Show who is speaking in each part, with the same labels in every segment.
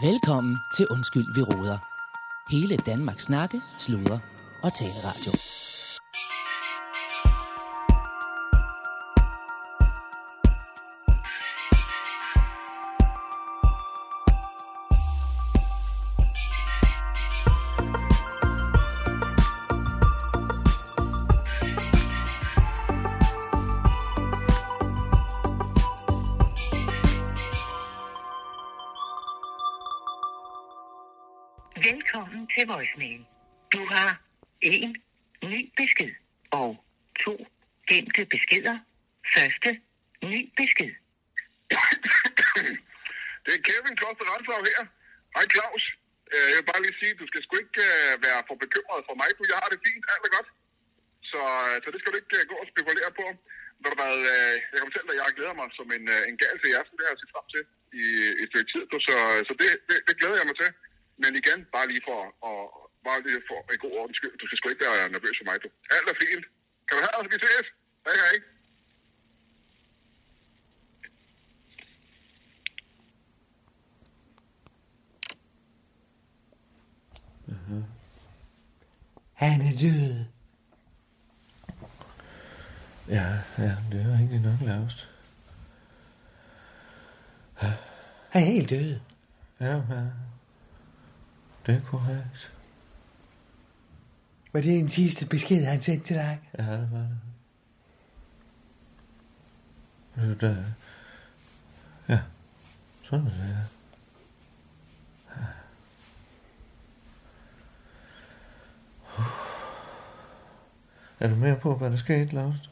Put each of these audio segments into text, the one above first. Speaker 1: Velkommen til Undskyld, vi råder. Hele Danmarks snakke, sludre og taleradio.
Speaker 2: Velkommen til voicemail. Du har en ny besked og to gemte beskeder. Første ny besked.
Speaker 3: Det er Kevin Kloster Randslav her. Hej Claus. Øh, Jeg vil bare lige sige, du skal sgu ikke øh, være for bekymret for mig. Du, jeg har det fint, alt er godt. Så, øh, så det skal du ikke øh, gå og spekulere på. Ved du hvad, øh, jeg kan fortælle dig, at jeg glæder mig som en, øh, en gal til i aften. Det har jeg set frem til i et stykke tid. du. Så, øh, så det, det, det, glæder jeg mig til. Men igen, bare lige for, og, bare lige for en god ordens skyld. Du skal sgu ikke være nervøs for mig. Du. Alt er fint. Kan du have os? Vi ses. Hej, hej.
Speaker 4: Han er død.
Speaker 5: Ja, ja, det er egentlig nok lavest.
Speaker 4: Han er helt død.
Speaker 5: Ja, ja. Det er korrekt.
Speaker 4: Var det den sidste besked, han sendte til dig?
Speaker 5: Ja, det var det. Det var det. Ja, sådan er det. Ja. Er du med på, hvad der skete, Lavst?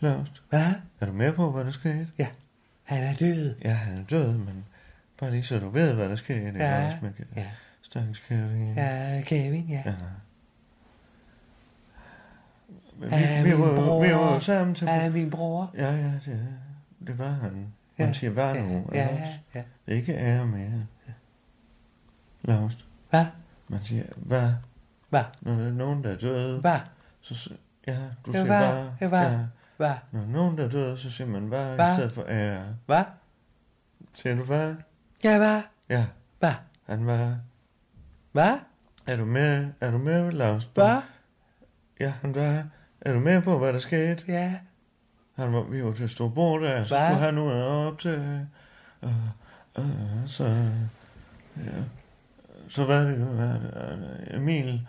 Speaker 5: Lavst?
Speaker 4: Hvad?
Speaker 5: Er du med på, hvad der skete?
Speaker 4: Ja, han er død.
Speaker 5: Ja, han er død, men bare lige så du ved, hvad der sker i det.
Speaker 4: Ja,
Speaker 5: Lars, man kan...
Speaker 4: ja.
Speaker 5: Stakkels kæring.
Speaker 4: Ja, Kevin, ja.
Speaker 5: ja. Men vi,
Speaker 4: Han er
Speaker 5: vi,
Speaker 4: min
Speaker 5: var, jo- vi var jo
Speaker 4: bror.
Speaker 5: sammen til...
Speaker 4: Han er min bror.
Speaker 5: Ja, ja, det, det var han.
Speaker 4: Ja.
Speaker 5: Ja. Hun siger, var nu,
Speaker 4: Ja, ja, ja.
Speaker 5: Det er ikke ære mere. Lars,
Speaker 4: Hvad?
Speaker 5: man siger, hvad?
Speaker 4: Hvad?
Speaker 5: Når der er nogen, der er døde,
Speaker 4: Hvad?
Speaker 5: så siger... Ja,
Speaker 4: Ja,
Speaker 5: du siger,
Speaker 4: hvad?
Speaker 5: hvad?
Speaker 4: Ja, hvad? Hvad?
Speaker 5: Når der er nogen, der er døde, så siger man, hvad?
Speaker 4: Hvad?
Speaker 5: I stedet for ære.
Speaker 4: Hvad?
Speaker 5: Siger du, hvad?
Speaker 4: Ja, hvad?
Speaker 5: Ja,
Speaker 4: Hvad?
Speaker 5: han var...
Speaker 4: Hvad?
Speaker 5: Er du med? Er du med, Lars?
Speaker 4: Hvad?
Speaker 5: Ja, han var. Er du med på, hvad der skete?
Speaker 4: Ja.
Speaker 5: Han var, vi var til Storbord der, så
Speaker 4: Hva?
Speaker 5: skulle han ud og op til... Øh, øh, så... Ja. Så var det jo, hvad er det, øh, Emil...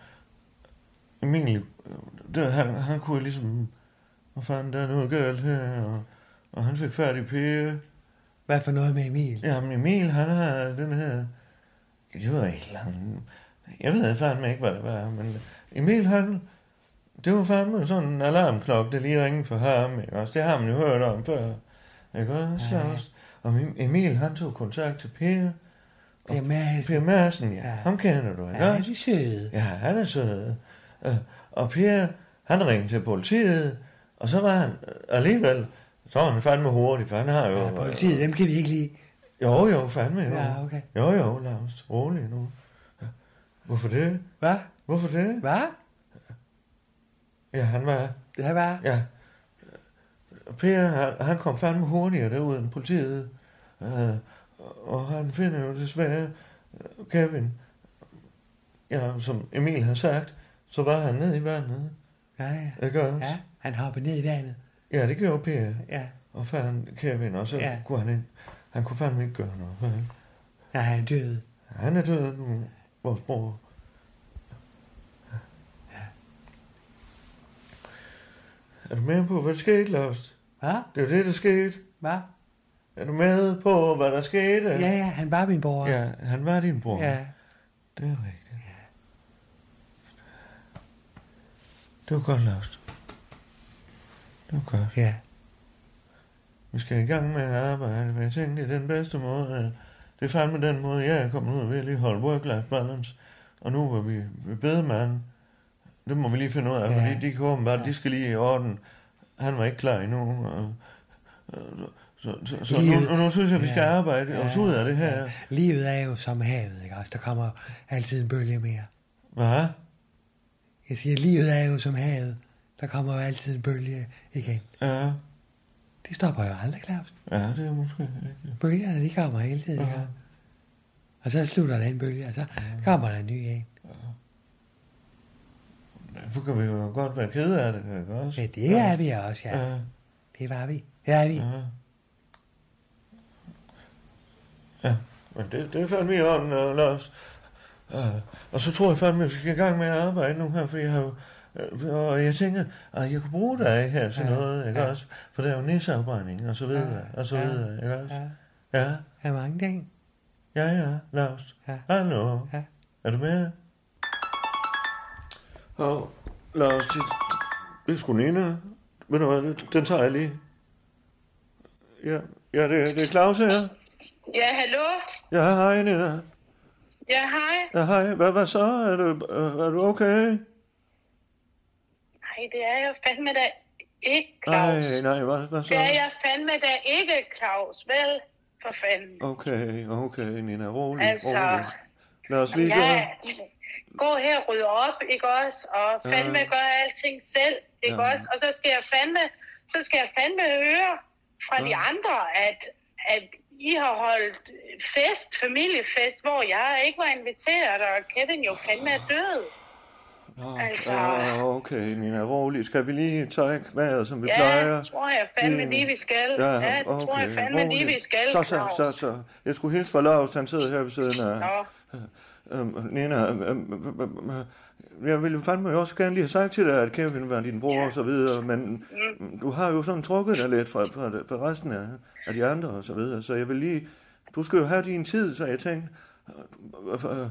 Speaker 5: Emil, øh, det, han, han kunne ligesom... Hvad fanden, der er noget galt her, og, og han fik færdig pige.
Speaker 4: Hvad for noget med Emil?
Speaker 5: Jamen Emil, han har den her... Det var ikke langt... Jeg ved fandme ikke, hvad det var, men Emil, han... Det var fandme sådan en alarmklokke, der lige ringede for ham, ikke også? Det har man jo hørt om før, ikke også,
Speaker 4: Ja.
Speaker 5: Claus? Og Em- Emil, han tog kontakt til Per.
Speaker 4: Det er Mads.
Speaker 5: Per Madsen, ja,
Speaker 4: Ja.
Speaker 5: ham kender du, ikke
Speaker 4: Ja,
Speaker 5: også?
Speaker 4: de er søde.
Speaker 5: Ja, han er sød. Øh, Og Per, han ringte til politiet, og så var han øh, alligevel... Så var han fandme hurtig, for han har jo...
Speaker 4: Ja, politiet, dem kan vi ikke lide.
Speaker 5: Jo, jo, fandme jo.
Speaker 4: Ja, okay.
Speaker 5: Jo, jo, Lars. Rolig nu. Hvorfor det?
Speaker 4: Hvad?
Speaker 5: Hvorfor det?
Speaker 4: Hvad?
Speaker 5: Ja, han var...
Speaker 4: Ja, hvad?
Speaker 5: Ja. Per, han, han kom fandme hurtigere derud end politiet. Øh, og han finder jo desværre øh, Kevin. Ja, som Emil har sagt, så var han nede i vandet.
Speaker 4: Ja, ja.
Speaker 5: Ikke også?
Speaker 4: Ja, han hopper ned i vandet.
Speaker 5: ja det gjorde Per.
Speaker 4: Ja.
Speaker 5: Og fandt Kevin, og så
Speaker 4: Ja.
Speaker 5: ja. kunne han ikke... Han kunne fandme ikke gøre noget. vel?
Speaker 4: Ja, han er død.
Speaker 5: Han er død nu, vores bror. Er du med på, hvad der skete, Lars?
Speaker 4: Hvad?
Speaker 5: Det er jo det, der skete.
Speaker 4: Hvad?
Speaker 5: Er du med på, hvad der skete?
Speaker 4: Ja, ja, han var min bror.
Speaker 5: ja han var din bror.
Speaker 4: ja.
Speaker 5: Det er rigtigt. Ja. Det var godt, Lars. Det var godt.
Speaker 4: ja.
Speaker 5: Vi skal i gang med at arbejde, for jeg tænkte, det er den bedste måde. at- Det er fandme den måde, jeg er kommet ud ved at lige holde work-life balance. Og nu var vi ved bedemanden. Det må vi lige finde ud af,
Speaker 4: Ja.
Speaker 5: ja. fordi de kan åbenbart, de skal lige i orden. Han var ikke klar endnu. Og, og- så, så, så
Speaker 4: Livet-
Speaker 5: nu, og nu synes jeg, vi skal
Speaker 4: Ja.
Speaker 5: arbejde ja. os ud af det her.
Speaker 4: Livet er jo som havet, ikke også? Der kommer altid en bølge mere.
Speaker 5: Hvad?
Speaker 4: Jeg siger, livet er jo som havet. Der kommer jo altid en bølge igen.
Speaker 5: Ja.
Speaker 4: Det stopper jo aldrig, Claus.
Speaker 5: Ja, det er måske rigtigt.
Speaker 4: Bølgerne, de kommer hele tiden.
Speaker 5: Ja.
Speaker 4: Ja. Og så slutter den bølge, og så kommer der en ny en.
Speaker 5: Derfor kan vi jo godt være kede af det, kan ikke også?
Speaker 4: Men det er vi også, ja.
Speaker 5: Ja,
Speaker 4: Det var vi. Det er vi.
Speaker 5: ja. Ja, men det, det er fandme i orden, øh, Lars. Ja, og så tror jeg fandme, at vi skal i gang med at arbejde nu her, for jeg har jo øh, og jeg tænker, at jeg kunne bruge dig her til
Speaker 4: Ja,
Speaker 5: noget, ikke
Speaker 4: ja.
Speaker 5: også? For der er jo nisseafbrænding, og så videre, og så
Speaker 4: ja,
Speaker 5: videre, ikke også?
Speaker 4: Ja.
Speaker 5: Ja,
Speaker 4: Der er mange ting.
Speaker 5: ja, ja, Lars.
Speaker 4: Ja.
Speaker 5: Hallo.
Speaker 4: Ja.
Speaker 5: Er du med? Hov, Lars, det, det er sgu Nina. Ved du hvad, det- den tager jeg lige. Ja, ja det, det er Claus her.
Speaker 6: Ja, hallo?
Speaker 5: Ja, hej Nina.
Speaker 6: Ja, hej.
Speaker 5: Ja, hej. Hvad, hvad så? Er du, øh, er du okay?
Speaker 6: Nej, det er jeg fandme da ikke, Claus.
Speaker 5: Nej, nej, hvad, hvad så?
Speaker 6: Det er jeg fandme da ikke, Claus. Vel, for fanden.
Speaker 5: Okay, okay, Nina. Rolig,
Speaker 6: Altså,
Speaker 5: rolig. Lad os lige gøre.
Speaker 6: jeg går her og rydder op, ikke også? Og fandme
Speaker 5: Ja.
Speaker 6: gør alting selv, ikke
Speaker 5: Ja.
Speaker 6: også? Og så skal jeg fandme, så skal jeg fandme høre fra de andre, at, at I har holdt fest, familiefest, hvor jeg ikke var inviteret, og Kevin jo fandme er død.
Speaker 5: Nå,
Speaker 6: altså-
Speaker 5: ja, Okay, Nina, rolig. Skal vi lige trække vejret, som vi
Speaker 6: Ja,
Speaker 5: plejer?
Speaker 6: det tror jeg fandme
Speaker 5: Mm.
Speaker 6: lige, vi skal. Ja,
Speaker 5: Ja,
Speaker 6: det
Speaker 5: okay.
Speaker 6: tror jeg fandme lige, vi skal,
Speaker 5: Så, så,
Speaker 6: Claus.
Speaker 5: så, så. Jeg skulle hilse fra Lars, han sidder her ved siden af.
Speaker 6: Nå,
Speaker 5: Øhm, Nina, øhm, øhm, øhm, øhm, jeg ville fandme jo også gerne lige have sagt til dig, at Kevin var din bror og så videre, men du har jo sådan trukket dig lidt fra, fra, fra resten af, af de andre og så videre, så jeg vil lige... Du skal jo have din tid, så jeg tænkte... øh, øh,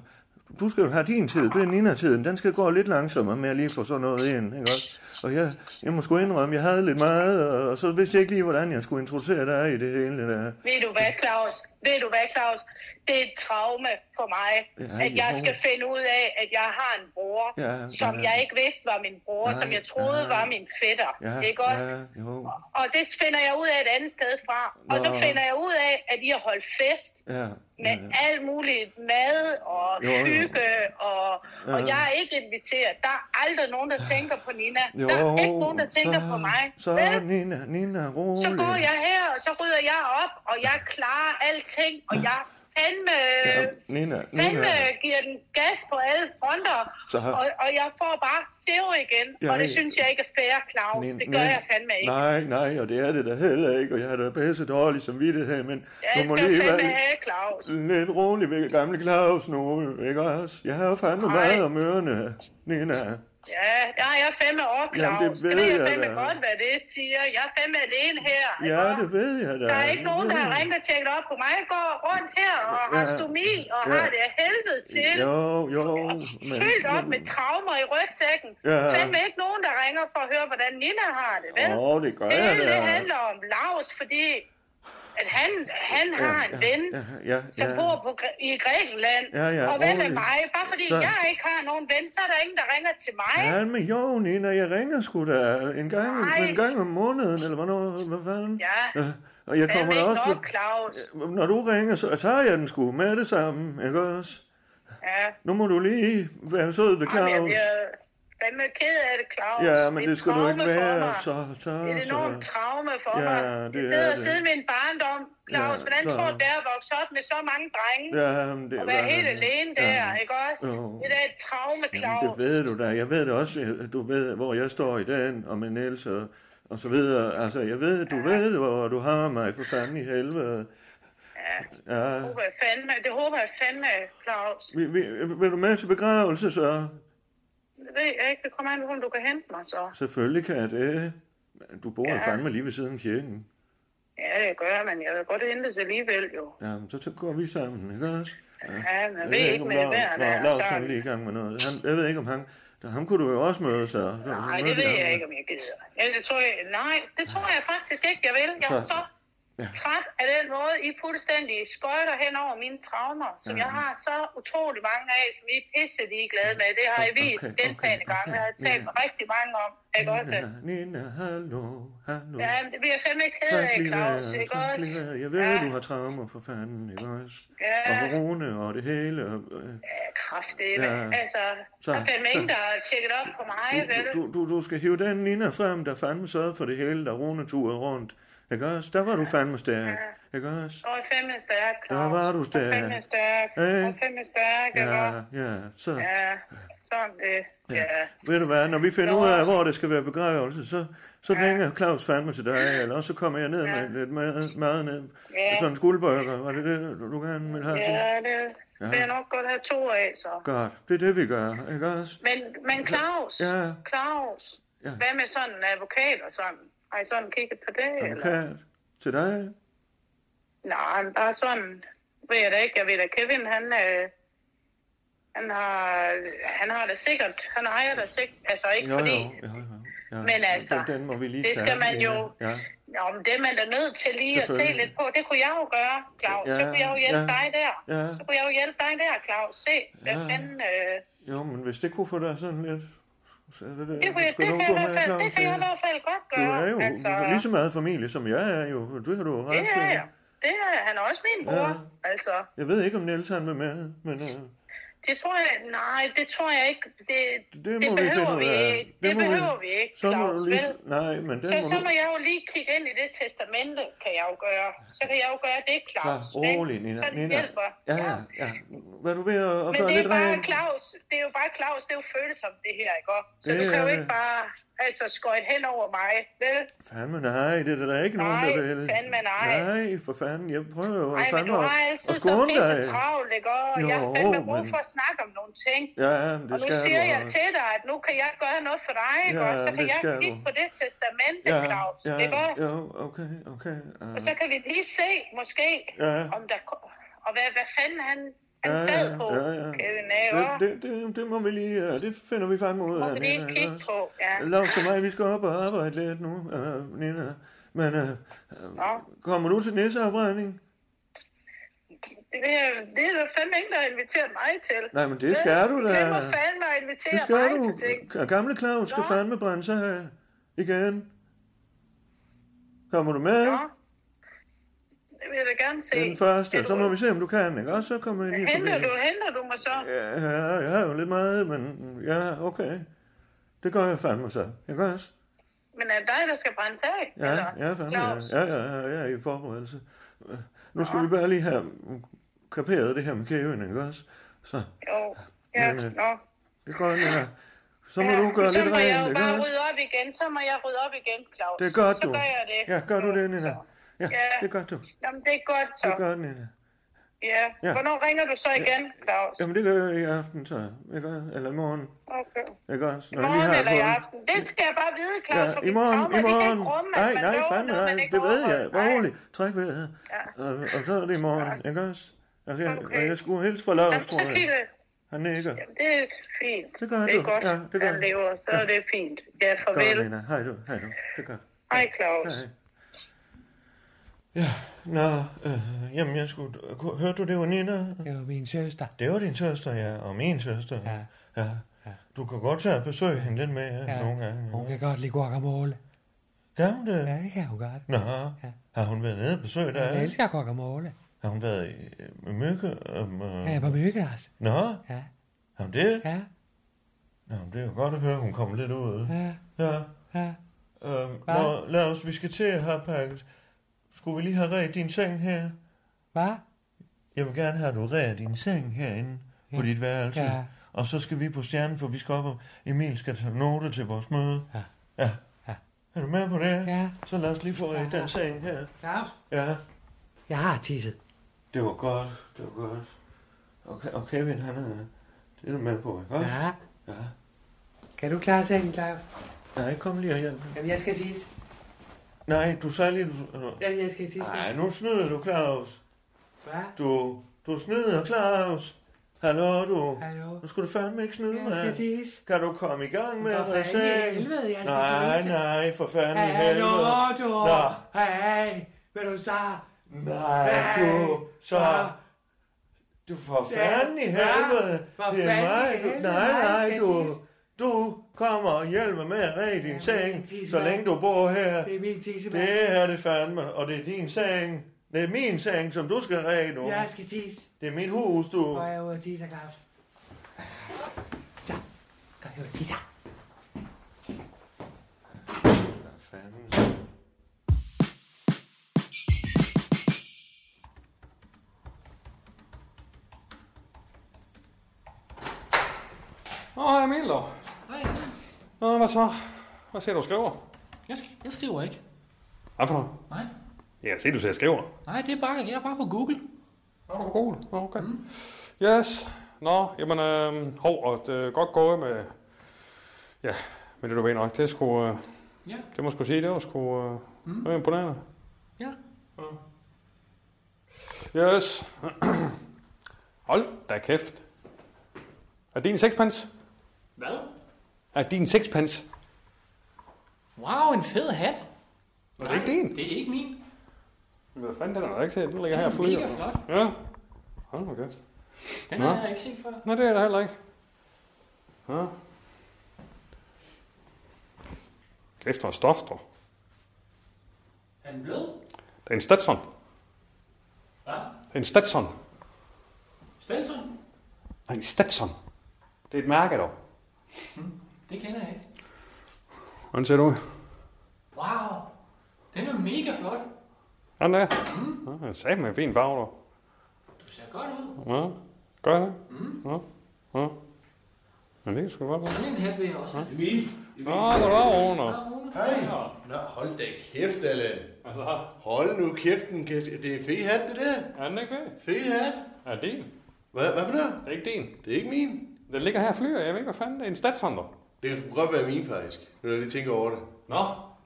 Speaker 5: Du skal jo have din tid, det er Nina-tiden, den skal gå lidt langsommere med at lige få sådan noget ind, ikke også? Og jeg, jeg må sgu indrømme, jeg havde lidt meget, og, og så vidste jeg ikke lige, hvordan jeg skulle introducere dig i det hele der.
Speaker 6: ved du hvad, Claus? Ved du hvad, Claus? Det er et traume for mig,
Speaker 5: Ja,
Speaker 6: at jeg
Speaker 5: jo.
Speaker 6: skal finde ud af, at jeg har en bror,
Speaker 5: Ja,
Speaker 6: som
Speaker 5: ja.
Speaker 6: jeg ikke vidste var min bror,
Speaker 5: Nej,
Speaker 6: som jeg troede
Speaker 5: nej.
Speaker 6: var min fætter.
Speaker 5: Ja,
Speaker 6: ikke også?
Speaker 5: ja, jo.
Speaker 6: Og det finder jeg ud af et andet sted fra. Og så
Speaker 5: Nå.
Speaker 6: finder jeg ud af, at I har holdt fest
Speaker 5: Ja,
Speaker 6: med
Speaker 5: ja.
Speaker 6: alt muligt mad og
Speaker 5: Jo, jo.
Speaker 6: hygge, og, og
Speaker 5: Ja.
Speaker 6: jeg er ikke inviteret. Der er aldrig nogen, der tænker på Nina.
Speaker 5: Jo,
Speaker 6: der er ikke nogen, der tænker
Speaker 5: så,
Speaker 6: på mig.
Speaker 5: Så
Speaker 6: Vel?
Speaker 5: Nina, Nina, rolig.
Speaker 6: Så går jeg her, og så rydder jeg op, og jeg klarer alting, og jeg fandme,
Speaker 5: Ja, Nina, Nina.
Speaker 6: fandme giver den gas på alle fronter,
Speaker 5: Så-
Speaker 6: øh, og, og jeg får bare zero igen,
Speaker 5: Ja,
Speaker 6: og det
Speaker 5: ja.
Speaker 6: synes jeg ikke er fair, Claus.
Speaker 5: Nina,
Speaker 6: Det gør
Speaker 5: Nina.
Speaker 6: jeg fandme ikke.
Speaker 5: Nej, nej, og det er det da heller ikke, og jeg har da pisse dårlig samvittighed, men
Speaker 6: Jeg
Speaker 5: du må
Speaker 6: skal
Speaker 5: lige
Speaker 6: fandme
Speaker 5: være
Speaker 6: have, Claus.
Speaker 5: lidt rolig ved gamle Claus nu, ikke også? Jeg har jo fandme
Speaker 6: Nej.
Speaker 5: meget om ørerne, Nina.
Speaker 6: Ja, der er jeg fandme op,
Speaker 5: Jamen, det
Speaker 6: Claus. det,
Speaker 5: ved
Speaker 6: ved jeg
Speaker 5: jeg
Speaker 6: fandme
Speaker 5: da.
Speaker 6: godt, hvad det siger. Jeg er fandme alene her.
Speaker 5: Ja,
Speaker 6: ikke?
Speaker 5: det ved jeg da.
Speaker 6: Der er ikke nogen, der har ringet og tjekket op på mig. Jeg går rundt her og har
Speaker 5: Ja.
Speaker 6: stomi og
Speaker 5: Ja.
Speaker 6: har det af helvede til.
Speaker 5: Jo, jo. Men,
Speaker 6: Fyldt op med traumer i rygsækken.
Speaker 5: Ja.
Speaker 6: Ja. Fandme ikke nogen, der ringer for at høre, hvordan Nina har det, vel?
Speaker 5: Åh, det gør
Speaker 6: det
Speaker 5: jeg
Speaker 6: hele,
Speaker 5: da.
Speaker 6: det handler om Lars, fordi at han, han
Speaker 5: Ja,
Speaker 6: har en
Speaker 5: ja,
Speaker 6: ven,
Speaker 5: ja, ja,
Speaker 6: som
Speaker 5: ja.
Speaker 6: bor på, Græ- i Grækenland.
Speaker 5: Ja, ja,
Speaker 6: og hvad med
Speaker 5: rolig.
Speaker 6: mig? Bare fordi
Speaker 5: Så-
Speaker 6: jeg ikke har nogen ven, så er der ingen, der ringer til mig.
Speaker 5: Ja, men jo, Nina, jeg ringer sgu da en gang,
Speaker 6: Nej.
Speaker 5: en gang om måneden, eller hvornår, hvad fanden?
Speaker 6: Ja.
Speaker 5: Øh, Og jeg kommer da
Speaker 6: Fandme
Speaker 5: også...
Speaker 6: ikke nok, Claus.
Speaker 5: Når du ringer, så tager jeg den sgu med det samme, ikke også?
Speaker 6: Ja.
Speaker 5: Nu må du lige være sød ved
Speaker 6: Jamen, jeg
Speaker 5: Claus.
Speaker 6: bliver fandme ked af det, Claus.
Speaker 5: Ja, men
Speaker 6: er
Speaker 5: det skal du ikke
Speaker 6: traume for
Speaker 5: være,
Speaker 6: mig.
Speaker 5: så... så,
Speaker 6: Det er et enormt
Speaker 5: så.
Speaker 6: traume for
Speaker 5: Ja,
Speaker 6: mig.
Speaker 5: det
Speaker 6: jeg
Speaker 5: er
Speaker 6: sidder og
Speaker 5: det.
Speaker 6: sidder i min barndom, Claus.
Speaker 5: Ja,
Speaker 6: Hvordan
Speaker 5: så-
Speaker 6: tror du, det er at vokse op med så mange drenge?
Speaker 5: Ja, men det
Speaker 6: og være
Speaker 5: hvad-
Speaker 6: helt alene der,
Speaker 5: Ja.
Speaker 6: ikke også?
Speaker 5: Jo.
Speaker 6: Det er da et traume,
Speaker 5: Jamen, det
Speaker 6: Claus.
Speaker 5: ved du da. Jeg ved det også. Jeg- Du ved, hvor jeg står i den, og med Niels og, og så videre. Altså, jeg ved, du ved, hvor du har mig for fanden i helvede. Ja.
Speaker 6: Det håber jeg fandme, det håber jeg fandme, Claus.
Speaker 5: Vi, vi, vil du med til begravelse, så?
Speaker 6: Det ved jeg ikke. Det kommer an på, om du kan hente mig så.
Speaker 5: Selvfølgelig kan jeg det. Du bor ja.
Speaker 6: Ja.
Speaker 5: fandme lige ved siden af kirken.
Speaker 6: Ja, det gør jeg, men jeg vil godt hentes alligevel, jo.
Speaker 5: Jamen, så, så går vi sammen, ikke også?
Speaker 6: Ja, men jeg ved ikke,
Speaker 5: om
Speaker 6: med det
Speaker 5: Lars-
Speaker 6: der, der
Speaker 5: Lars- Lars
Speaker 6: sådan.
Speaker 5: er lige i gang med noget. Han, jeg ved ikke, om han... Der, ham kunne du jo også møde, så.
Speaker 6: Nej, det ved jeg ikke, om jeg gider. Ja, det tror jeg, nej, det tror jeg faktisk ikke, jeg vil. Jeg er
Speaker 5: Så-
Speaker 6: så
Speaker 5: Ja.
Speaker 6: træt af den måde, I fuldstændig skøjter hen over mine traumer, som
Speaker 5: Ja.
Speaker 6: jeg har så utrolig mange af, som I er pisse ligeglade med. Det har I
Speaker 5: Okay,
Speaker 6: vist
Speaker 5: okay,
Speaker 6: gentagende
Speaker 5: okay,
Speaker 6: gange. Jeg har
Speaker 5: ja.
Speaker 6: talt med rigtig mange om, ikke også?
Speaker 5: Nina, Nina, hallo, hallo.
Speaker 6: Ja, men det bliver jeg fandme ikke ked
Speaker 5: Tak
Speaker 6: af,
Speaker 5: lige
Speaker 6: Claus,
Speaker 5: være,
Speaker 6: ikke
Speaker 5: tak
Speaker 6: også?
Speaker 5: lige være. Jeg ved,
Speaker 6: Ja.
Speaker 5: du har traumer for fanden, ikke også?
Speaker 6: Ja.
Speaker 5: Og corona og det hele. Og, øh,
Speaker 6: Ja, kraftedeme.
Speaker 5: Ja.
Speaker 6: Altså,
Speaker 5: Så-
Speaker 6: så, der er fandme
Speaker 5: så-
Speaker 6: ingen, der har tjekket op på mig, vel?
Speaker 5: du, du, du skal hive den Nina frem, der fandme sørgede for det hele, der Rune turet rundt. Ikke også? Der var du fandme stærk. Ikke også?
Speaker 6: Og fandme stærk,
Speaker 5: Der
Speaker 6: Claus.
Speaker 5: var du
Speaker 6: Og
Speaker 5: stærk.
Speaker 6: fandme stærk.
Speaker 5: Hey.
Speaker 6: Og fandme stærk,
Speaker 5: Ja,
Speaker 6: ikke?
Speaker 5: ja. Så
Speaker 6: Ja, sådan det. Ja.
Speaker 5: ved du hvad, når vi finder
Speaker 6: Nå.
Speaker 5: ud af, hvor det skal være begravelse, så, så ringer Claus fandme til dig, eller også så kommer jeg ned med lidt mad, mad ned.
Speaker 6: Ja.
Speaker 5: Sådan en skuldbøger. Var det det, du gerne ville have? til?
Speaker 6: Ja, det
Speaker 5: Ja.
Speaker 6: vil jeg nok godt have to af, så.
Speaker 5: Godt. Det er det, vi gør. Ikke også?
Speaker 6: Men, men Claus,
Speaker 5: Ja.
Speaker 6: Claus,
Speaker 5: Ja.
Speaker 6: hvad med sådan en advokat og sådan? Har I sådan kigget på det? Eller?
Speaker 5: Advokat. Til dig.
Speaker 6: Nej, men bare sådan, ved jeg da ikke. Jeg ved da, Kevin, han, øh, han, har, han har det sikkert. Han ejer det sikkert. Altså ikke
Speaker 5: Jo, jo,
Speaker 6: fordi...
Speaker 5: jo, jo, jo.
Speaker 6: Men altså,
Speaker 5: den, den må vi lige
Speaker 6: det
Speaker 5: tage.
Speaker 6: skal man
Speaker 5: Ja,
Speaker 6: jo-
Speaker 5: Ja,
Speaker 6: Nå, men det er man da nødt til lige at se
Speaker 5: Selvfølgelig.
Speaker 6: lidt på. Det kunne jeg jo gøre, Claus. Ja, så
Speaker 5: Ja,
Speaker 6: kunne jeg jo hjælpe
Speaker 5: ja,
Speaker 6: dig der.
Speaker 5: ja.
Speaker 6: Så kunne jeg jo hjælpe dig der, Claus. Se, hvad
Speaker 5: Ja.
Speaker 6: fanden... Øh,
Speaker 5: jo, men hvis det kunne få dig sådan lidt... Så er det, det,
Speaker 6: det, kunne jeg, det, kan jeg i hvert fald, det kan jeg i hvert fald godt
Speaker 5: Du
Speaker 6: gøre.
Speaker 5: er jo altså, lige så meget familie, som jeg er jo. Det har du jo ret
Speaker 6: det
Speaker 5: til.
Speaker 6: er jeg. Det er, han er også min bror.
Speaker 5: Ja.
Speaker 6: Altså,
Speaker 5: Jeg ved ikke, om Niels han vil med, men øh,
Speaker 6: det tror jeg... Nej, det tror jeg ikke. Det,
Speaker 5: det må vi
Speaker 6: behøver
Speaker 5: finde ud af.
Speaker 6: ikke. Det,
Speaker 5: må vi-
Speaker 6: behøver vi ikke,
Speaker 5: Så må
Speaker 6: Claus.
Speaker 5: du lige...
Speaker 6: vel?
Speaker 5: Nej, men det
Speaker 6: Så,
Speaker 5: må
Speaker 6: så
Speaker 5: du...
Speaker 6: må jeg jo lige kigge ind i det testamente, kan jeg jo gøre. Så kan jeg jo gøre det, Claus.
Speaker 5: Så
Speaker 6: vel?
Speaker 5: rolig, Nina.
Speaker 6: Så det
Speaker 5: Nina.
Speaker 6: hjælper.
Speaker 5: Ja, ja, ja. Hvad du ved at, at
Speaker 6: Men
Speaker 5: gøre
Speaker 6: det er
Speaker 5: lidt
Speaker 6: bare
Speaker 5: rent?
Speaker 6: Claus, det er jo bare Claus, det er jo følsomt det her, ikke? også? Så
Speaker 5: Det
Speaker 6: det du kan jo
Speaker 5: er
Speaker 6: ikke
Speaker 5: det.
Speaker 6: bare altså skøjte hen over mig, vel?
Speaker 5: Fandme nej, det er der da ikke
Speaker 6: Nej,
Speaker 5: nogen, der vil.
Speaker 6: fandme nej.
Speaker 5: Nej, for fanden, jeg prøver jo
Speaker 6: Nej, men
Speaker 5: fandme
Speaker 6: du har
Speaker 5: at-
Speaker 6: altid
Speaker 5: at
Speaker 6: så
Speaker 5: skåne
Speaker 6: pisse
Speaker 5: dig.
Speaker 6: travlt, ikke? Og
Speaker 5: Jo,
Speaker 6: jeg har fandme brug
Speaker 5: men-
Speaker 6: for at snakke om nogle ting.
Speaker 5: Ja, men
Speaker 6: Og
Speaker 5: det
Speaker 6: nu
Speaker 5: skal
Speaker 6: siger
Speaker 5: du
Speaker 6: jeg
Speaker 5: også.
Speaker 6: til dig, at nu kan jeg gøre noget for dig, ikke?
Speaker 5: Ja,
Speaker 6: og så kan
Speaker 5: det
Speaker 6: jeg
Speaker 5: skal
Speaker 6: kigge
Speaker 5: du.
Speaker 6: på det testamente,
Speaker 5: Ja,
Speaker 6: Claus,
Speaker 5: ja,
Speaker 6: ikke? også?
Speaker 5: Jo, okay, okay.
Speaker 6: Og
Speaker 5: Uh,
Speaker 6: så kan vi lige se, måske,
Speaker 5: Ja.
Speaker 6: om der... ko- Og hvad, hvad fanden han, han
Speaker 5: ja,
Speaker 6: sad
Speaker 5: ja,
Speaker 6: på,
Speaker 5: ja, ja.
Speaker 6: Kevin, ikke? også?
Speaker 5: Det, det, det, det må vi lige, uh, det finder vi fandme ud
Speaker 6: Må
Speaker 5: af.
Speaker 6: vi lige
Speaker 5: Nina,
Speaker 6: kigge
Speaker 5: ikke
Speaker 6: på,
Speaker 5: også?
Speaker 6: ja.
Speaker 5: Lars og mig, vi skal op og arbejde lidt nu, uh, Nina. Men uh,
Speaker 6: Nå.
Speaker 5: kommer du til næseafbrænding?
Speaker 6: Det, er- det er der fandme ingen, der har inviteret mig til.
Speaker 5: Nej, men
Speaker 6: Øh,
Speaker 5: det skal du da.
Speaker 6: Det må fandme at invitere
Speaker 5: Det skal
Speaker 6: mig
Speaker 5: du.
Speaker 6: til ting.
Speaker 5: Og Gamle Claus skal
Speaker 6: Nå.
Speaker 5: fandme brænde sig af. Igen. Kommer du med?
Speaker 6: Nå. Det vil jeg da gerne se.
Speaker 5: Den første,
Speaker 6: Er du-
Speaker 5: så må vi se, om du kan, ikke? Og så kommer jeg lige
Speaker 6: Henter
Speaker 5: forbi.
Speaker 6: du, henter du mig så?
Speaker 5: Ja, ja, jeg har jo lidt meget, men ja, okay. Det gør jeg fandme så. Jeg gør også.
Speaker 6: Men er det dig, der skal brænde af?
Speaker 5: Ja, ja, fandme. Ja,
Speaker 6: Claus?
Speaker 5: ja, ja, ja, jeg er i forberedelse. Øh, Nu skal vi bare lige have kaperet det her med kæven, ikke også? Så
Speaker 6: Jo. Ja,
Speaker 5: Men, øh,
Speaker 6: nå.
Speaker 5: det går jeg. Så må
Speaker 6: Ja,
Speaker 5: du gøre
Speaker 6: så
Speaker 5: lidt
Speaker 6: må jeg
Speaker 5: rent,
Speaker 6: jo
Speaker 5: ikke
Speaker 6: bare
Speaker 5: også?
Speaker 6: rydde op igen. Så må jeg rydde op igen, Claus.
Speaker 5: Det er godt,
Speaker 6: Så
Speaker 5: du.
Speaker 6: gør jeg det.
Speaker 5: Ja, gør du det, Nina? Ja,
Speaker 6: Ja.
Speaker 5: det gør du.
Speaker 6: Jamen, det er godt så.
Speaker 5: Det gør Nina.
Speaker 6: Ja.
Speaker 5: Ja.
Speaker 6: Hvornår ringer du så igen, Claus?
Speaker 5: Jamen, det gør jeg i aften, så. Ikke? også? Eller i morgen.
Speaker 6: Okay.
Speaker 5: Ikke også?
Speaker 6: I
Speaker 5: Når jeg lige
Speaker 6: morgen
Speaker 5: har
Speaker 6: eller i
Speaker 5: fået-
Speaker 6: aften. Det skal jeg bare vide, Claus.
Speaker 5: Ja,
Speaker 6: for
Speaker 5: i
Speaker 6: mit
Speaker 5: morgen,
Speaker 6: trauma,
Speaker 5: i
Speaker 6: det kan
Speaker 5: morgen.
Speaker 6: ikke rumme, at
Speaker 5: nej,
Speaker 6: man
Speaker 5: nej,
Speaker 6: lover
Speaker 5: fandme
Speaker 6: noget, man
Speaker 5: nej.
Speaker 6: ikke
Speaker 5: Det ved jeg.
Speaker 6: overholder. Nej.
Speaker 5: Roligt. Træk vejret. Ja. Og, og så er det i morgen, ikke også? Og jeg,
Speaker 6: Okay.
Speaker 5: og jeg skulle hilse fra Lars,
Speaker 6: Jamen, så
Speaker 5: tror
Speaker 6: fint.
Speaker 5: jeg. Han nikker.
Speaker 6: Det er fint.
Speaker 5: Det gør
Speaker 6: det er
Speaker 5: du.
Speaker 6: godt,
Speaker 5: Ja, det gør
Speaker 6: han
Speaker 5: du.
Speaker 6: lever. Så er det fint. Ja, farvel.
Speaker 5: Godt, Nina. Hej du. Hej du. Det gør
Speaker 6: Hej, Claus.
Speaker 5: Hej. Ja, nå, øh, jamen jeg skulle, hørte du det var Nina?
Speaker 4: Det var min søster.
Speaker 5: Det var din søster, ja, og min søster.
Speaker 4: Ja.
Speaker 5: ja. Du kan godt tage og besøge hende lidt mere ja. nogle gange.
Speaker 4: Hun kan godt lide guacamole.
Speaker 5: Kan hun det?
Speaker 4: Ja, det kan hun godt.
Speaker 5: Nå,
Speaker 4: Ja.
Speaker 5: har hun været nede og besøgt
Speaker 4: Jeg
Speaker 5: dig?
Speaker 4: elsker guacamole.
Speaker 5: Har hun været i, i Mygge? Um, uh...
Speaker 4: Ja, jeg var mygge også.
Speaker 5: Nå,
Speaker 4: Ja,
Speaker 5: har hun det?
Speaker 4: ja,
Speaker 5: Nå, det er jo godt at høre, hun kommer lidt ud.
Speaker 4: ja,
Speaker 5: Ja.
Speaker 4: ja.
Speaker 5: Øhm,
Speaker 4: Hva?
Speaker 5: nå, lad os, vi skal til at have pakket. Skulle vi lige have ret din seng her?
Speaker 4: Hva?
Speaker 5: Jeg vil gerne have, at du rærer din seng herinde ja. på dit værelse.
Speaker 4: Ja.
Speaker 5: Og så skal vi på stjernen, for vi skal op, og Emil skal tage noter til vores møde. Ja. ja.
Speaker 4: Ja.
Speaker 5: Er du med på det?
Speaker 4: Ja.
Speaker 5: Så lad os lige få ja. den seng her.
Speaker 4: Claus?
Speaker 5: Ja,
Speaker 4: Jeg har tisset.
Speaker 5: det var godt. Det var godt. Okay, og Kevin, han er... Det er du med på, ikke også?
Speaker 4: Ja.
Speaker 5: ja.
Speaker 4: Kan du klare sengen, Claus?
Speaker 5: Nej, kom lige og hjælp. mig.
Speaker 4: Jamen, jeg skal tisse.
Speaker 5: Nej, du sagde lige... Du...
Speaker 4: Ja, jeg skal tisse.
Speaker 5: Nej, nu snyder du, Claus.
Speaker 4: Hva?
Speaker 5: Du, du snyder, Claus. Hallo, du.
Speaker 4: Hallo.
Speaker 5: Nu skal du fandme ikke snyde
Speaker 4: Jeg skal
Speaker 5: mig.
Speaker 4: tisse.
Speaker 5: Kan du komme i gang med
Speaker 4: For
Speaker 5: at
Speaker 4: fanden i
Speaker 5: regne?
Speaker 4: helvede, jeg skal
Speaker 5: Nej,
Speaker 4: tisse.
Speaker 5: nej, for fanden i
Speaker 4: Hallo,
Speaker 5: helvede.
Speaker 4: du.
Speaker 5: Nå,
Speaker 4: Hej, hvad du så?
Speaker 5: nej, du, så... Du, for
Speaker 4: Ja,
Speaker 5: fanden i
Speaker 4: ja,
Speaker 5: helvede.
Speaker 4: for
Speaker 5: Det er
Speaker 4: fanden i
Speaker 5: mig, du.
Speaker 4: helvede,
Speaker 5: Nej,
Speaker 4: nej, jeg
Speaker 5: nej,
Speaker 4: skal
Speaker 5: du.
Speaker 4: tisse.
Speaker 5: Du kommer og hjælper med at redde din
Speaker 4: Jamen,
Speaker 5: seng,
Speaker 4: tisse,
Speaker 5: så
Speaker 4: mand.
Speaker 5: længe du bor her.
Speaker 4: Det er min tissemand.
Speaker 5: Det her, det fandme, og det er din seng. Det er min seng, som du skal redde nu.
Speaker 4: Jeg skal tisse.
Speaker 5: Det er mit hus, du.
Speaker 4: Og jeg er ude og tisse, Claus. Så, kom jeg ud og tisse.
Speaker 5: Fanden.
Speaker 7: Nå, hej Emil dog.
Speaker 8: Hej.
Speaker 7: Nå, hvad så? Hvad siger du, skriver?
Speaker 8: Jeg, sk- jeg skriver ikke.
Speaker 7: Hvad for noget?
Speaker 8: Nej.
Speaker 7: Ja, se, du siger, skriver.
Speaker 8: Nej, det er bare, jeg er bare på Google.
Speaker 7: Nå, du er god. Nå, okay. Mm. Yes. Nå, jamen, øh, hov, og det er godt gået med, ja, med det du ved nok. Det er sgu, øh,
Speaker 8: Ja.
Speaker 7: det må jeg sgu sige, det var sgu, øh, mm. det var imponerende.
Speaker 8: Ja.
Speaker 7: Yes. Hold da kæft. Er din sexpans?
Speaker 8: Hvad?
Speaker 7: Er din sexpans?
Speaker 8: Wow, en fed hat.
Speaker 7: Var det ikke din?
Speaker 8: Det er ikke min.
Speaker 7: Hvad fanden, den er der ikke til. Den ligger her
Speaker 8: Den
Speaker 7: og
Speaker 8: er
Speaker 7: flyder.
Speaker 8: mega flot.
Speaker 7: Ja. Hold nu kæft.
Speaker 8: Den
Speaker 7: Nå.
Speaker 8: har jeg ikke set før.
Speaker 7: Nej, det er der heller ikke. Ja. Kæft, der er stof, der.
Speaker 8: Er den blød?
Speaker 7: Det er en Stetson.
Speaker 8: Hvad?
Speaker 7: Det er en Stetson.
Speaker 8: Stelton?
Speaker 7: Nej, en Stetson. Det er et mærke, dog.
Speaker 8: Det kender jeg ikke.
Speaker 7: Hvordan ser du ud?
Speaker 8: Wow. Den er mega flot.
Speaker 7: Han der. Ja, jeg sagde med en fin farve, dog.
Speaker 8: Du ser godt ud.
Speaker 7: Ja, gør jeg det? Ja, ja. Men det kan sgu godt være.
Speaker 8: Sådan en hat vil jeg også have.
Speaker 9: Emil?
Speaker 7: Nå, der var Rune.
Speaker 9: Hej. Nå, hold da kæft, Allan. Hold nu kæften, kæft. Det er en fed hat, det der.
Speaker 7: Er den ikke ved?
Speaker 9: Fed hat.
Speaker 7: Er det din?
Speaker 9: Hvad, hvad for noget?
Speaker 7: Det er ikke din.
Speaker 9: Det er ikke min.
Speaker 7: Den ligger her og flyer. Jeg ved ikke, hvad fanden det er. En Stetson, dog.
Speaker 9: Det kunne godt være min, faktisk. Nu når jeg lige tænker over det.
Speaker 7: Nå.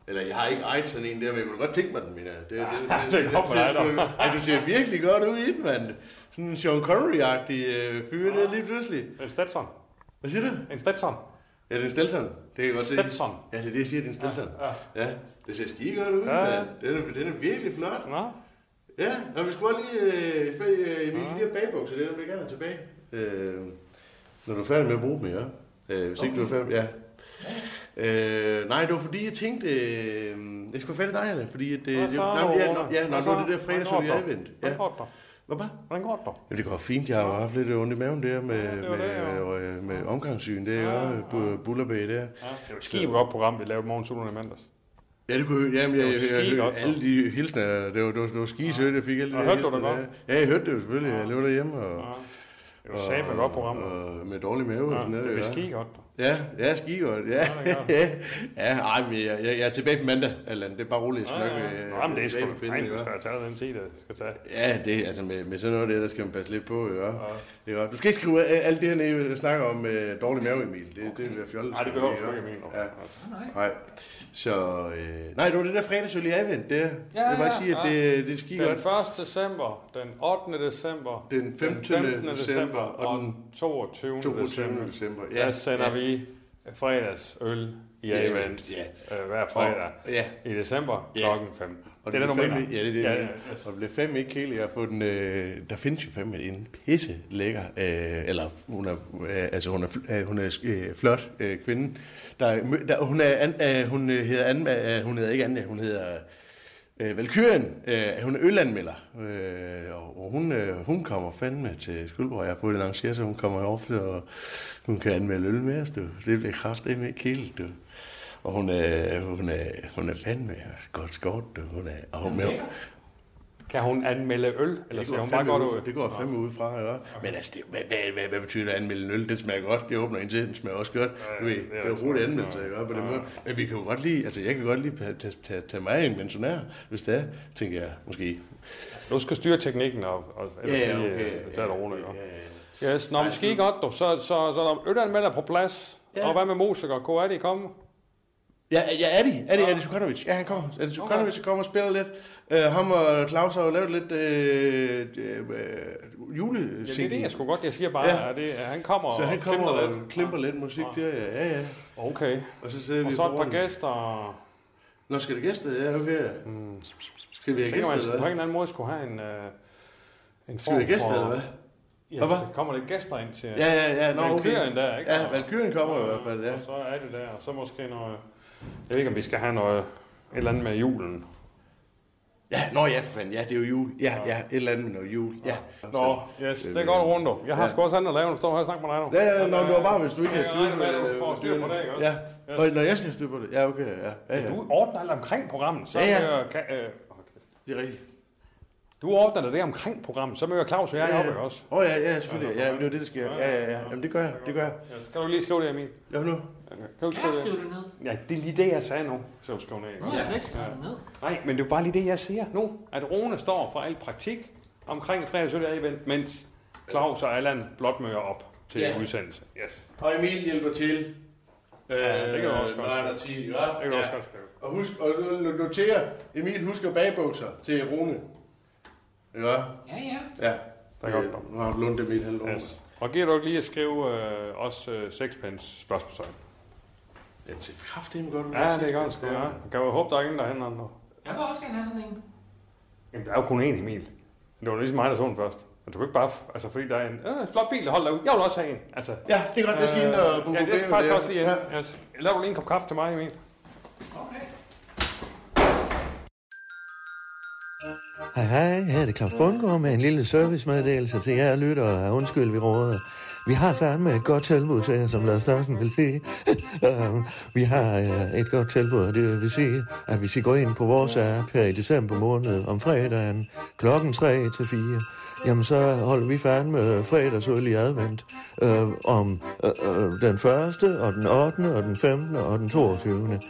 Speaker 9: Eller jeg har ikke ejet sådan en der, men jeg kunne godt tænke mig den, mener jeg. Det, det, det,
Speaker 7: det er godt med dig,
Speaker 9: sgu-
Speaker 7: dog.
Speaker 9: ja, du ser virkelig godt ud i den, mand. Sådan en Sean Connery-agtig øh, fyr der lige pludselig.
Speaker 7: En Stetson.
Speaker 9: Hvad siger du?
Speaker 7: En Stetson.
Speaker 9: Ja, det er en Stelson. Det kan jeg godt se.
Speaker 7: Stetson.
Speaker 9: Ja, det er det, jeg siger, det er en Stelson.
Speaker 7: Ja,
Speaker 9: Ja, det ser skide godt ud,
Speaker 7: Ja, ja.
Speaker 9: mand. Den er, den er virkelig flot.
Speaker 7: Nå.
Speaker 9: Ja, og vi skulle også lige øh, fat i øh, Emil, de der bagbukser, det er dem, jeg gerne have tilbage. Øh, når du er færdig med at bruge dem, ja. Øh, hvis ikke du er færdig, ja. Øh, nej, det var fordi, jeg tænkte, øh, jeg skulle have fat i dig, Allan, fordi at,
Speaker 7: Hvad
Speaker 9: øh, jeg,
Speaker 7: så,
Speaker 9: nej, men ja,
Speaker 7: Rune?
Speaker 9: nå, ja,
Speaker 7: Hvad
Speaker 9: når
Speaker 7: så?
Speaker 9: nu er det der fredag, som vi
Speaker 7: Hvordan
Speaker 9: er
Speaker 7: går det?
Speaker 9: vendt.
Speaker 7: Hvordan
Speaker 9: Ja.
Speaker 7: går det?
Speaker 9: Hvad bare?
Speaker 7: Hvordan går det?
Speaker 9: Jamen, det går fint, jeg har jo haft lidt øh, ondt i maven der med,
Speaker 7: Ja, det var
Speaker 9: med,
Speaker 7: det, ja.
Speaker 9: med, øh, med omgangssyn, det er jo ja, bullerbæg
Speaker 7: Ja,
Speaker 9: der.
Speaker 7: det var et skide godt program, vi lavede morgensutterne i mandags.
Speaker 9: Ja, det kunne jeg. Jamen, jeg,
Speaker 7: Det var
Speaker 9: jeg, jeg,
Speaker 7: skigodt,
Speaker 9: jeg alle de hilsner, det var, det var, det var skisødt, jeg fik alle
Speaker 7: Og
Speaker 9: de
Speaker 7: hørte du
Speaker 9: hilsner
Speaker 7: det
Speaker 9: der. Ja, jeg hørte det jo selvfølgelig. Jeg lå derhjemme og,
Speaker 7: Ja. Det var sabre godt program.
Speaker 9: og,
Speaker 7: Ja,
Speaker 9: og Øh, med dårlig mave og sådan noget.
Speaker 7: det var
Speaker 9: ja.
Speaker 7: skide godt.
Speaker 9: Ja, ja, skigodt. Ja,
Speaker 7: det er
Speaker 9: ja, ja. ej, men jeg, jeg, jeg er tilbage på mandag, Allan. Det er bare roligt. Jeg skal nok, øh,
Speaker 7: Nå, men det er sgu
Speaker 9: tilbage på
Speaker 7: da
Speaker 9: pinden,
Speaker 7: fint,
Speaker 9: ikke
Speaker 7: du
Speaker 9: også?
Speaker 7: skal have taget den tid, det skal tage.
Speaker 9: Ja, det, altså med, med sådan noget der, der skal man passe lidt på, ikke? Ja. Ikke? også? Du skal ikke skrive øh, alt det her nede, jeg snakker om øh, dårlig mave, Emil. Det, okay. det vil være fjollet.
Speaker 7: Nej, det behøver du
Speaker 9: ikke,
Speaker 7: ikke, Emil.
Speaker 9: Ja.
Speaker 8: Nej.
Speaker 9: Nej. Så, øh, nej, det var det der fredagsøl i advent, det er.
Speaker 7: Ja,
Speaker 9: jeg vil
Speaker 7: ja,
Speaker 9: bare sige, at det, det er skide
Speaker 7: Den
Speaker 9: godt.
Speaker 7: 1. december, den 8. december,
Speaker 9: Den 15. december og den
Speaker 7: 22.
Speaker 9: 22.
Speaker 7: december,
Speaker 9: december.
Speaker 7: der sender vi fredagsøl i
Speaker 9: Ja,
Speaker 7: Avent
Speaker 9: ja.
Speaker 7: øh, hver fredag
Speaker 9: Og- ja.
Speaker 7: i december
Speaker 9: Ja.
Speaker 7: kl. 15.
Speaker 9: Og det, det
Speaker 7: du
Speaker 9: blev fandme,
Speaker 7: mener.
Speaker 9: ja, det, er det, ja,
Speaker 7: ja, yes.
Speaker 9: Og det blev fandme ikke helt, jeg har fået den, øh, der findes jo fandme en pisse lækker, øh, eller hun er, øh, altså hun er, fl- øh, hun er øh, flot øh, kvinde, der, er mø- der hun, er, an, øh, hun øh, hedder Anna, øh, hun hedder ikke Anna, hun hedder øh, Valkyrien, øh, hun er ølanmelder, øh, og, og hun, øh, hun kommer fandme til Skuldborg, jeg har fået den arrangeret, så hun kommer ofte, og hun kan anmelde øl med os, du. det bliver kraftedeme ikke helt, du. Og hun er, hun er, hun er fandme godt skort, du. Hun er, og hun,
Speaker 8: Lækker.
Speaker 7: Kan hun anmelde øl, eller
Speaker 9: det
Speaker 7: ser
Speaker 9: går,
Speaker 7: hun bare
Speaker 9: fandme
Speaker 7: godt øh,
Speaker 9: ud,
Speaker 7: ud?
Speaker 9: det går fandme ud fra, ja. Men altså, det, hvad, hvad, hvad, hvad, betyder det at anmelde en øl? Den smager godt, det åbner en til, den smager også godt.
Speaker 7: ja,
Speaker 9: Du ved,
Speaker 7: det er
Speaker 9: det er jo
Speaker 7: også
Speaker 9: roligt
Speaker 7: godt,
Speaker 9: anmeldelse,
Speaker 7: ja.
Speaker 9: ikke? På den måde. Men vi kan jo godt lide, altså jeg kan godt lide at tage, tage, tage, tage mig af en mentionær, hvis det er, tænker jeg, måske.
Speaker 7: Du skal styre teknikken, og, og ellers
Speaker 9: Ja, ja,
Speaker 7: lige,
Speaker 9: okay,
Speaker 7: øh, tage det roligt. Ja,
Speaker 9: Ja, ja,
Speaker 7: Yes, nå, men skide godt, du. Så, så, så, så der er ølanmelder på plads.
Speaker 9: Ja.
Speaker 7: Og hvad med musikere? Hvor er de kommet?
Speaker 9: Ja, ja, Adi, Adi, Adi Sukhanovic. Ja, han kommer. Adi Sukhanovic okay. kommer og spiller lidt. Uh, ham og Claus har jo lavet lidt uh, uh,
Speaker 7: Ja, det er
Speaker 9: julesingle.
Speaker 7: det, jeg sgu godt. Jeg siger bare,
Speaker 9: Ja.
Speaker 7: ja. at det, at han kommer
Speaker 9: Så han
Speaker 7: og
Speaker 9: kommer
Speaker 7: kæmper
Speaker 9: og
Speaker 7: lidt.
Speaker 9: klimper lidt musik der, ja, ja, ja.
Speaker 7: Okay.
Speaker 9: Og så sidder
Speaker 7: Og
Speaker 9: vi
Speaker 7: så et par
Speaker 9: foran.
Speaker 7: gæster.
Speaker 9: Nå, skal det gæste? Ja, okay. ja. Skal vi have
Speaker 7: Tænker Mm.
Speaker 9: gæster,
Speaker 7: man, skulle
Speaker 9: eller
Speaker 7: på en
Speaker 9: hvad?
Speaker 7: eller anden måde skulle have en, øh, en form
Speaker 9: Skal vi have gæster,
Speaker 7: for...
Speaker 9: eller hvad?
Speaker 7: Ja,
Speaker 9: Hvad,
Speaker 7: hvis
Speaker 9: hvad?
Speaker 7: der kommer lidt gæster ind til...
Speaker 9: Ja, ja, ja. Nå, okay.
Speaker 7: Valkyrien der, ikke?
Speaker 9: Ja, Valkyrien kommer i hvert fald, ja.
Speaker 7: Og så er det der, og så måske noget... Jeg ved ikke, om vi skal have noget... Et eller andet med julen.
Speaker 9: Ja, nå ja, for fanden. Ja, det er jo jul. Ja, ja, et eller andet med noget jul. Ja.
Speaker 7: Nå, yes, det er godt rundt. Jeg har
Speaker 9: Ja.
Speaker 7: sgu også andet at lave, når du står her og snakker med dig nu.
Speaker 9: Ja, ja, nå, det var bare, hvis du ikke
Speaker 7: Ja,
Speaker 9: har
Speaker 7: jeg
Speaker 9: styr
Speaker 7: regner med, at du får
Speaker 9: hvis
Speaker 7: styr på
Speaker 9: ikke-
Speaker 7: det, ikke også?
Speaker 9: øh, Ja. Nå, når jeg skal have styr på det. Ja, okay, ja. Ja, ja.
Speaker 7: Du ordner alt omkring programmet, så
Speaker 9: Ja, ja.
Speaker 7: Øh, kan, øh,
Speaker 9: Det er rigtigt.
Speaker 7: Du ordner dig det omkring programmet, så møder Claus og jeg ja, op, ikke også?
Speaker 9: Åh oh, ja, ja, selvfølgelig. Ja, det er jo det, der sker. Ja, ja, ja. Jamen, det gør jeg, det gør jeg.
Speaker 7: Ja, kan du lige skrive det, Emil?
Speaker 9: Hvad for nu?
Speaker 7: Kan du
Speaker 8: Kan jeg
Speaker 7: skrive
Speaker 8: skrive
Speaker 7: det?
Speaker 8: det ned?
Speaker 7: Ja, det er lige det, jeg sagde nu. Så du skrive det, ikke
Speaker 8: Nu har
Speaker 7: også?
Speaker 8: jeg slet ikke skrevet det ned.
Speaker 7: Nej, men det er jo bare lige det, jeg siger nu. At Rune står for al praktik omkring 73 event, mens Claus og Allan blot møder op til
Speaker 9: Ja.
Speaker 7: ja. udsendelse. Yes.
Speaker 9: Og Emil hjælper til.
Speaker 7: Ja, det kan du også
Speaker 9: Øh,
Speaker 7: godt
Speaker 9: nine
Speaker 7: skrive.
Speaker 9: og 10, ja.
Speaker 7: Det kan du
Speaker 9: ja.
Speaker 7: også godt skrive.
Speaker 9: Og husk, og du- du- noter, Emil husker bagbukser til Rune. Ja,
Speaker 8: Ja, ja.
Speaker 9: ja.
Speaker 7: er godt.
Speaker 9: Øh, Nu har du lånt dem i et halvt år.
Speaker 7: yes. Og giver du ikke lige at skrive øh, også øh, sexpence spørgsmålstegn?
Speaker 9: Ja, det er kraftedeme godt. du
Speaker 7: Ja,
Speaker 9: har
Speaker 7: det
Speaker 9: set
Speaker 7: er godt skrive. Ja. Kan jeg håbe, der er ingen, der handler noget?
Speaker 8: Jeg vil også gerne have sådan en.
Speaker 7: Jamen, der er jo kun én Emil. Det var ligesom mig, der så den først. Men du kan ikke bare, f- altså fordi der er en øh, flot bil, der holder derude. Jeg vil også have en. Altså, Øh,
Speaker 9: Ja, det er godt. Jeg skal ind og
Speaker 7: ja, det skal faktisk også lige ind.
Speaker 9: Ja.
Speaker 7: Ja. Yes. Laver du lige en kop kaffe til mig, Emil?
Speaker 8: Okay.
Speaker 5: Hej hej, her er det Claus Bundgaard med en lille servicemeddelelse til jer lyttere. af Undskyld, vi råder. Vi har fandme et godt tilbud til jer, som Lars Larsen vil sige. Øhm, vi har øh, et godt tilbud, og det vil sige, at hvis I går ind på vores app her i december måned om fredagen klokken 3 til 4, jamen så holder vi fandme fredagsøl i advent øh, om øh, øh, den 1. og den 8. og den 15. og den 22.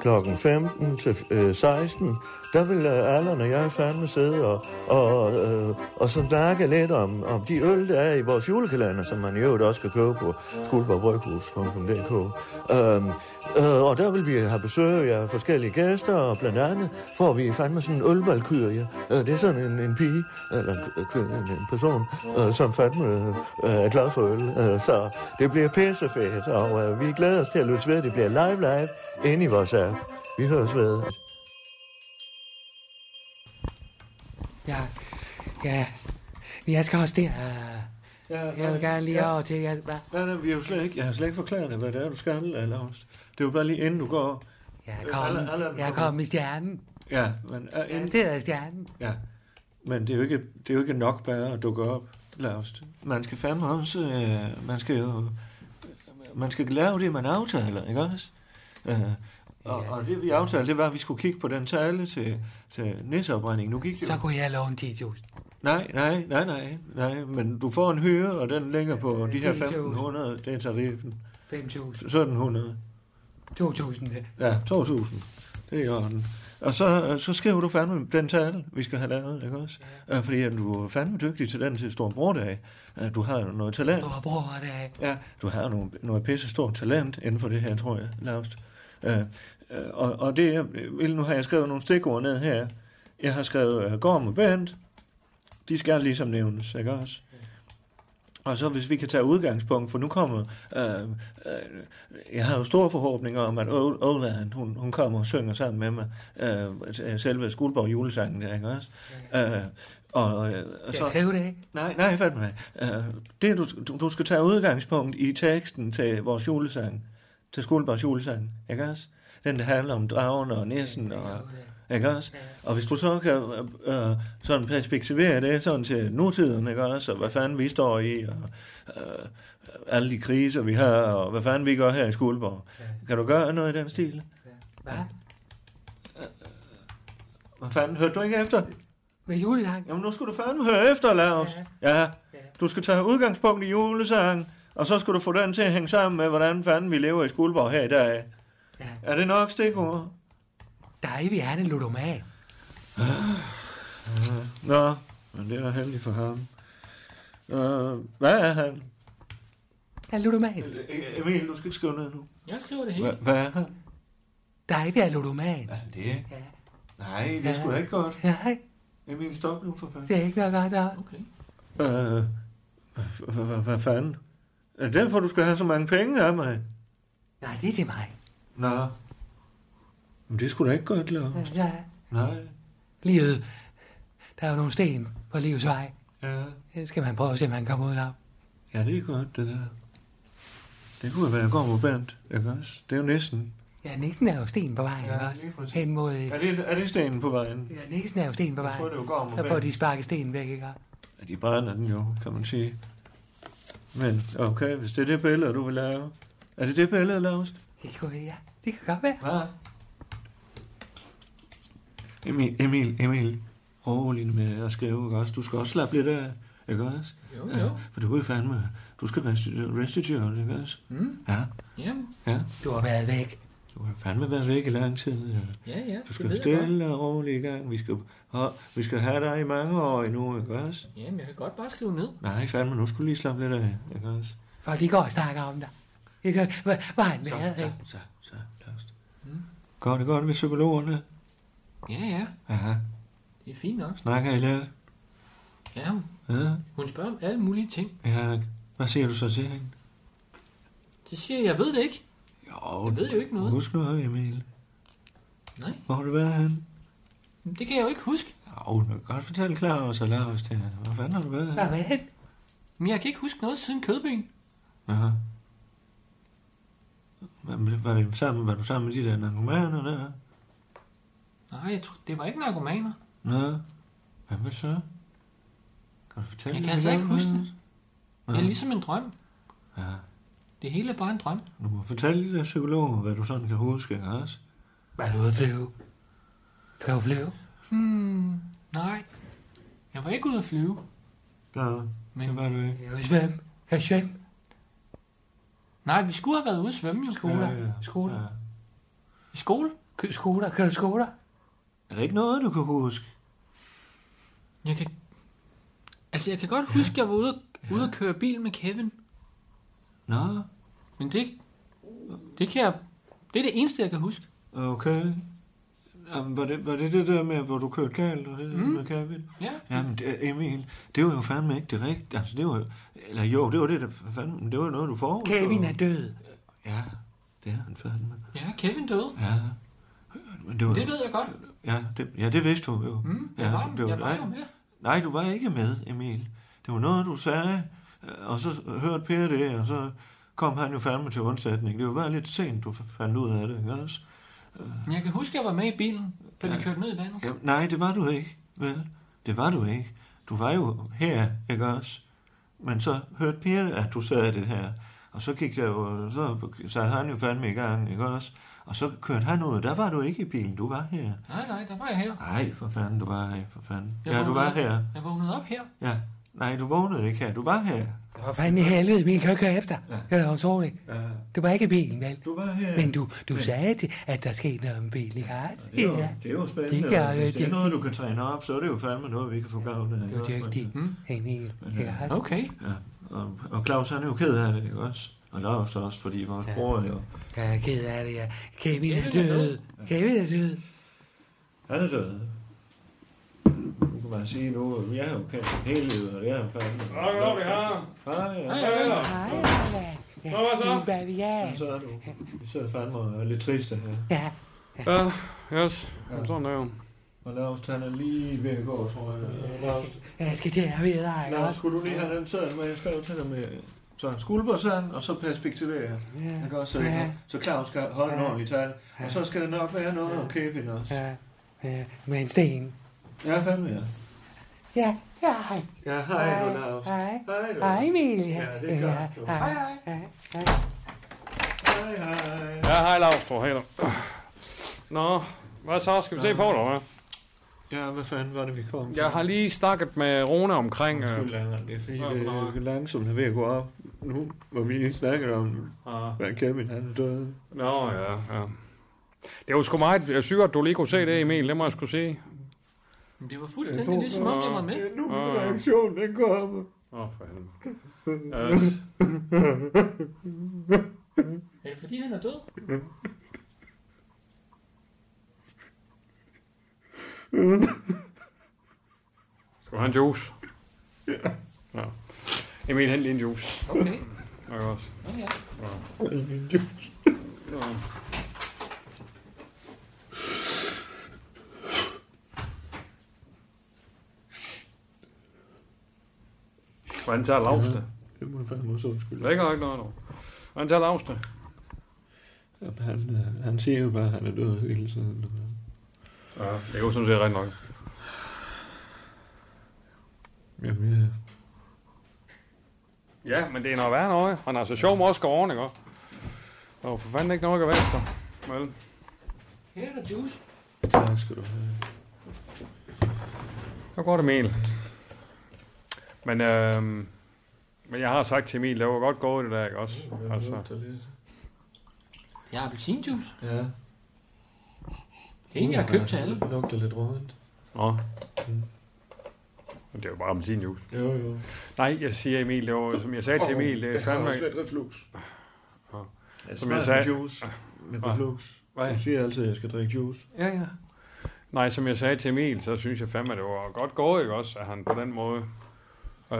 Speaker 5: Klokken 15 til øh, 16, der vil øh, Allan og jeg fandme sidde og, og, øh, og så snakke lidt om, om de øl, der er i vores julekalender, som man i øvrigt også kan købe på skuldborgbryghus.dk. Øhm, øh, og der vil vi have besøg af forskellige gæster, og blandt andet får vi fandme sådan en ølvalkyrie. Øh, det er sådan en, en pige, eller en, k- kvinde, en, en person, øh, som fandme øh, er glad for øl. Øh, så det bliver pissefedt, og øh, vi glæder os til at lytte ved. Det bliver live live inde i vores app. Vi høres ved.
Speaker 4: Ja, ja. Jeg skal også der. Jeg vil gerne lige over til jer. Hva?
Speaker 5: Nej, nej, vi har jo slet ikke, jeg har slet ikke forklaret dig, hvad det er, du skal, Lars. Det er jo bare lige inden du går.
Speaker 4: Jeg
Speaker 5: Øh,
Speaker 4: kom,
Speaker 5: Allan- Allan
Speaker 4: jeg
Speaker 5: kommer.
Speaker 4: kom i stjernen.
Speaker 5: Ja, men, er
Speaker 4: Ja,
Speaker 5: inden,
Speaker 4: det er stjernen.
Speaker 5: ja. men det, er jo ikke, det er jo ikke nok bare at dukke op, Lars. Man skal fandme også, øh, man skal jo, man skal lave det, man aftaler, ikke også? Øh, og, og det vi aftalte, det var, at vi skulle kigge på den tale til, til nisseopbrændingen. Nu gik det jo.
Speaker 4: Så kunne jeg låne 10.000.
Speaker 5: Nej, nej, nej, nej, nej, men du får en hyre, og den ligger på de her 1500, det er tariffen.
Speaker 4: 5.000.
Speaker 5: 1700.
Speaker 4: 2.000.
Speaker 5: Ja, 2000. Det er i orden. Og så, så skriver du fandme den tale, vi skal have lavet, ikke også? Ja. Fordi at du er fandme dygtig til den til Stor Brordag. Øh, Du har jo noget talent.
Speaker 4: Store bror, det er.
Speaker 5: Ja, du har jo nogle, noget pisse stort talent inden for det her, tror jeg, Lars. Øh, øh, og, og det er, vil- nu har jeg skrevet nogle stikord ned her. Jeg har skrevet øh, Gorm og Bent. De skal ligesom nævnes, ikke også? Og så hvis vi kan tage udgangspunkt, for nu kommer... Øh, øh, jeg har jo store forhåbninger om, at Ol- Ola, han- hun, hun kommer og synger sammen med mig øh, selve Skuldborg julesangen der, ikke også? Øh, og, og, og
Speaker 4: Skal jeg skrive det?
Speaker 5: Nej, nej, fandme nej. Øh, det, du, du, du skal tage udgangspunkt i teksten til vores julesang, til Skuldborgs julesang, ikke også? Den, der handler om dragen og næsen og... Ikke også? Og hvis du så kan øh, øh, sådan perspektivere det sådan til nutiden, ikke også? Og hvad fanden vi står i, og øh, alle de kriser, vi har, og hvad fanden vi gør her i Skuldborg. Kan du gøre noget i den stil?
Speaker 4: Hvad?
Speaker 5: Hvad fanden, hørte du ikke efter?
Speaker 4: Med julesang?
Speaker 5: Jamen nu skal du fandme høre efter, Lars. Ja. ja. Du skal tage udgangspunkt i julesangen, og så skal du få den til at hænge sammen med, hvordan fanden vi lever i Skuldborg her i dag.
Speaker 4: Ja.
Speaker 5: Er det nok stikord?
Speaker 4: Dig vil gerne ludomat.
Speaker 5: Nå, men det er da heldigt for ham. Øh, hvad er han?
Speaker 4: Er ludomat.
Speaker 5: Emil, du skal ikke skrive ned nu.
Speaker 8: Jeg skriver det hele.
Speaker 5: Hva, hvad er han?
Speaker 4: Dig vil er ludomat.
Speaker 5: Er det?
Speaker 4: Ja.
Speaker 5: Nej, det er sgu da ikke godt.
Speaker 4: Nej,
Speaker 5: Emil, stop nu for fanden.
Speaker 4: det er ikke noget godt nok.
Speaker 8: Okay.
Speaker 5: Øh, hvad- hvad- hvad- hvad fanden? Er det derfor, du skal have så mange penge af mig?
Speaker 4: Nej, det er til mig.
Speaker 5: Nå. Men det er sgu da ikke godt, Lars.
Speaker 4: Ja.
Speaker 5: Nej.
Speaker 4: Livet. Der er jo nogle sten på livets vej.
Speaker 5: Ja.
Speaker 4: Det skal man prøve at se, om man kommer ud af.
Speaker 5: ja, det er godt, det der. Det kunne jo være Gorm Band, ikke også? Det er jo næsten.
Speaker 4: Ja, Nixon er jo sten på vejen,
Speaker 5: Ja,
Speaker 4: ikke
Speaker 5: lige
Speaker 4: også?
Speaker 5: præcis.
Speaker 4: Hen mod...
Speaker 5: Er det, er det stenen på vejen?
Speaker 4: Ja, Nixon er jo sten på vejen.
Speaker 5: tror, det er jo Gorm og
Speaker 4: Så får
Speaker 5: Bent.
Speaker 4: de sparket sten væk, ikke også?
Speaker 5: Ja, de brænder den jo, kan man sige. Men okay, hvis det er det billede, du vil lave. Er det det billede, Lars?
Speaker 4: Det kunne, ja, det kan godt være.
Speaker 5: Hvad? Emil, Emil, Emil. overlig med at skrive, ikke også? Du skal også slappe lidt af, ikke også?
Speaker 8: Jo,
Speaker 5: Ja,
Speaker 8: jo.
Speaker 5: for du er jo fandme, du skal restitu- restituere, ikke også?
Speaker 8: Mm.
Speaker 5: Ja,
Speaker 8: Jamen,
Speaker 5: ja.
Speaker 4: Du har været væk.
Speaker 5: Du har fandme været væk i lang tid. Ja.
Speaker 8: ja, ja.
Speaker 5: Du
Speaker 8: det
Speaker 5: skal
Speaker 8: ved jeg godt.
Speaker 5: stille og roligt i gang. Vi skal, og, vi skal have dig i mange år endnu, ikke også?
Speaker 8: Jamen, jeg kan godt bare skrive ned.
Speaker 5: Nej, fandme, nu skulle lige slappe lidt af, ikke også?
Speaker 4: Folk de går og snakker om dig. Ikke? Hvad hvad har han
Speaker 5: Så,
Speaker 4: været,
Speaker 5: så,
Speaker 4: ikke?
Speaker 5: så, så, lad os.
Speaker 8: Mm.
Speaker 5: Går det godt med psykologerne?
Speaker 8: Ja, ja.
Speaker 5: Aha,
Speaker 8: Det er fint nok.
Speaker 5: snakker I lidt?
Speaker 8: Ja,
Speaker 5: Ja,
Speaker 8: hun spørger om alle mulige ting.
Speaker 5: ja. Hvad siger du så til hende?
Speaker 8: Så siger jeg, jeg ved det ikke.
Speaker 5: Jo,
Speaker 8: Jeg ved jo ikke noget.
Speaker 5: Husk noget, Emil.
Speaker 8: Nej.
Speaker 5: Hvor har du været henne?
Speaker 8: Men Det kan jeg jo ikke huske.
Speaker 5: Jo, du kan godt fortælle Claus og Lars det her. Hvor fanden har du været
Speaker 4: Hvad
Speaker 5: henne?
Speaker 4: har været?
Speaker 8: Men jeg kan ikke huske noget siden Kødbyen.
Speaker 5: Aha. Hvad blev- Var, det sammen, var du sammen med de der narkomaner der?
Speaker 8: Nej, jeg tror, det var ikke narkomaner.
Speaker 5: Nå, hvad med så? Kan du fortælle
Speaker 8: Jeg
Speaker 5: lidt
Speaker 8: kan altså
Speaker 5: om
Speaker 8: ikke huske det.
Speaker 5: Nå,
Speaker 8: Det er ligesom en drøm.
Speaker 5: Ja.
Speaker 8: Det hele er bare en drøm.
Speaker 5: Du må fortælle de der psykologer, hvad du sådan kan huske, ikke også?
Speaker 4: Var du ude at flyve? Flyve, flyve.
Speaker 8: Hmm, nej. Jeg var ikke ude at flyve.
Speaker 5: Nå,
Speaker 8: Men-
Speaker 5: det var du ikke.
Speaker 4: Jeg vil svømme. Jeg vil svømme.
Speaker 8: Nej, vi skulle have været ude at svømme jo.
Speaker 5: Ja, ja, ja.
Speaker 4: Skoler.
Speaker 5: Ja.
Speaker 8: I skole?
Speaker 4: Kø- Skoler. Kører du skoler?
Speaker 5: Er der ikke noget, du kan huske?
Speaker 8: Jeg kan... Altså, jeg kan godt huske, at jeg var ude at, ude at køre bil med Kevin.
Speaker 5: Nå,
Speaker 8: Men det... Det kan jeg... Det er det eneste, jeg kan huske.
Speaker 5: okay. Jamen, var, det, var det det der med, hvor du kørte galt, og det
Speaker 8: Mm.
Speaker 5: der med Kevin?
Speaker 8: Ja.
Speaker 5: Jamen, det, Emil, det var jo fandme ikke det rigtige. Altså, det var, eller jo, det var det, der fandme, det var noget, du får.
Speaker 4: Kevin er død.
Speaker 5: Ja, det er han fandme.
Speaker 8: Ja, Kevin døde.
Speaker 5: Ja. Men det var,
Speaker 8: Det ved jeg godt.
Speaker 5: Ja, det, ja, det vidste du jo.
Speaker 8: Mm,
Speaker 5: ja,
Speaker 8: jeg var,
Speaker 5: det var
Speaker 8: jeg var
Speaker 5: dig.
Speaker 8: jo med.
Speaker 5: Nej, du var ikke med, Emil. Det var noget, du sagde, øh, og så hørte Per det, og så kom han jo fandme til undsætning. Det var bare lidt sent, du fandt ud af det, ikke også?
Speaker 8: Men jeg kan huske, at jeg var med i bilen, da vi kørte ned i vandet.
Speaker 5: Jamen, nej, det var du ikke, vel? Det var du ikke. Du var jo her, ikke også? Men så hørte Per, at du sagde det her. Og så gik der jo, så satte han jo fandme i gang, ikke også? Og så kørte han ud, der var du ikke i bilen, du var her.
Speaker 8: Nej, nej, der var jeg her.
Speaker 5: Nej, for fanden, du var her, for fanden.
Speaker 8: Jeg
Speaker 5: Ja, du var
Speaker 8: vågnede-
Speaker 5: her.
Speaker 8: Jeg vågnede op her.
Speaker 5: Ja, nej, du vågnede ikke her, du var her.
Speaker 4: Hvor fanden i helvede, Emil, kan du ikke køre efter? Det er da utroligt. Du var ikke i bilen, vel?
Speaker 5: Du var her.
Speaker 4: Men du, du sagde, det, at der skete noget med bilen, ikke? Ja,
Speaker 5: Det er, jo, det er jo spændende.
Speaker 4: Det gør
Speaker 5: og Hvis
Speaker 4: det.
Speaker 5: det er noget, du kan træne op, så er det jo fandme noget, vi kan få gavn af.
Speaker 4: Du er dygtig,
Speaker 8: Mm.
Speaker 5: Hmm?
Speaker 4: Emil. Ikke?
Speaker 8: Okay.
Speaker 5: Ja, og, og Claus han er jo ked af det, ikke også? Og Lars også, fordi vores ja. bror er jo...
Speaker 4: Jeg er ked af det, ja. Kevin er
Speaker 8: Kevin er
Speaker 4: død. Kevin er død.
Speaker 5: Han er død. Nu kan man sige nu, at jeg har jo kendt hele livet, og det er han fandme. Hej, ja.
Speaker 8: Hej, hej.
Speaker 4: Hej, Allan. Ja,
Speaker 7: Nå, hvad så?
Speaker 4: din bavian.
Speaker 5: Så er du. Vi sidder fandme og er lidt triste her.
Speaker 4: Ja,
Speaker 7: Ja, yes. Sådan der jo.
Speaker 5: Og Lars, han er lige ved at gå, tror jeg. Og Lars,
Speaker 4: jeg skal til at have dig, ikke
Speaker 5: Lars,
Speaker 4: også?
Speaker 5: skulle du lige have den sædel med, jeg skrev til dig med så en skulderbådsand, og så perspektivere.
Speaker 4: Ja.
Speaker 5: Ja. Også,
Speaker 4: Ja.
Speaker 5: ja. Så Claus skal holde en
Speaker 4: Ja.
Speaker 5: ordentlig tale. Og så skal der nok være noget om Kevin også. Ja,
Speaker 4: Ja, ja, med en sten.
Speaker 5: ja fandme ja.
Speaker 4: Ja, ja, hej.
Speaker 5: Ja, hej du, Claus.
Speaker 4: Hej.
Speaker 5: Hej du.
Speaker 4: Hej, Emil.
Speaker 5: Ja, det er godt, du.
Speaker 4: hej.
Speaker 8: Hej,
Speaker 4: hej. hej.
Speaker 5: Hej, hej.
Speaker 7: Ja, hej Lars, tror jeg. Nå, hvad så? Skal vi se på dig, hvad?
Speaker 5: Ja, hvad fanden var det, vi kom
Speaker 7: Jeg har lige snakket med Rune omkring... Øh,
Speaker 5: Undskyld, Allan, det er fordi,
Speaker 7: Hvad for noget?
Speaker 5: det er langsomt er ved at gå op. Nu hvor vi lige snakker om,
Speaker 7: ah,
Speaker 5: hvad Kevin han er død.
Speaker 7: nå, ja, ja. Det var sgu meget øh, sygt, at du lige kunne se det, Emil. Det må jeg skulle sige.
Speaker 8: Men det var fuldstændig ligesom om, jeg var med.
Speaker 5: Nu
Speaker 7: Ah.
Speaker 5: er reaktionen, den kommer.
Speaker 7: Åh, for helvede. Yes.
Speaker 8: Er det fordi, han er død?
Speaker 7: Skal du have en juice? Ja. Emil, hent lige en juice.
Speaker 8: Okay.
Speaker 7: Ja, også.
Speaker 8: Ja, ja.
Speaker 7: Hvordan tager Lars det?
Speaker 5: Det må jeg fandme også undskylde.
Speaker 7: Det gør ikke noget, dog. Hvordan tager Lars det?
Speaker 5: Jamen, han, øh, han siger jo bare, at han er død hele tiden. øh,
Speaker 7: Ja, det er jo sådan set rent nok.
Speaker 5: Jamen, ja.
Speaker 7: Ja, men det er noget værre noget. Han er så sjov med Oscar Orne, ikke? også? Der er jo for fanden ikke noget at gøre efter. Vel?
Speaker 8: Her er der juice.
Speaker 5: Tak skal du have.
Speaker 7: Så går det med Emil. Men, øhm, men jeg har sagt til Emil, det var godt gået det der, ikke også? Altså.
Speaker 8: Jeg har appelsinjuice.
Speaker 5: Ja.
Speaker 8: Det er en, jeg har købt til alle.
Speaker 5: Det lugter lidt rådent.
Speaker 7: Nå. Men det er jo bare om din jul.
Speaker 5: Jo, jo.
Speaker 7: Nej, jeg siger Emil, det var, som jeg sagde til Emil, det er fandme...
Speaker 5: reflux.
Speaker 7: Som jeg sagde...
Speaker 5: Juice med
Speaker 7: Hvad?
Speaker 5: reflux.
Speaker 7: Hvad?
Speaker 5: Du siger altid, at jeg skal drikke juice.
Speaker 7: Ja, ja. Nej, som jeg sagde til Emil, så synes jeg fandme, det var godt gået, ikke også, at han på den måde... Øh,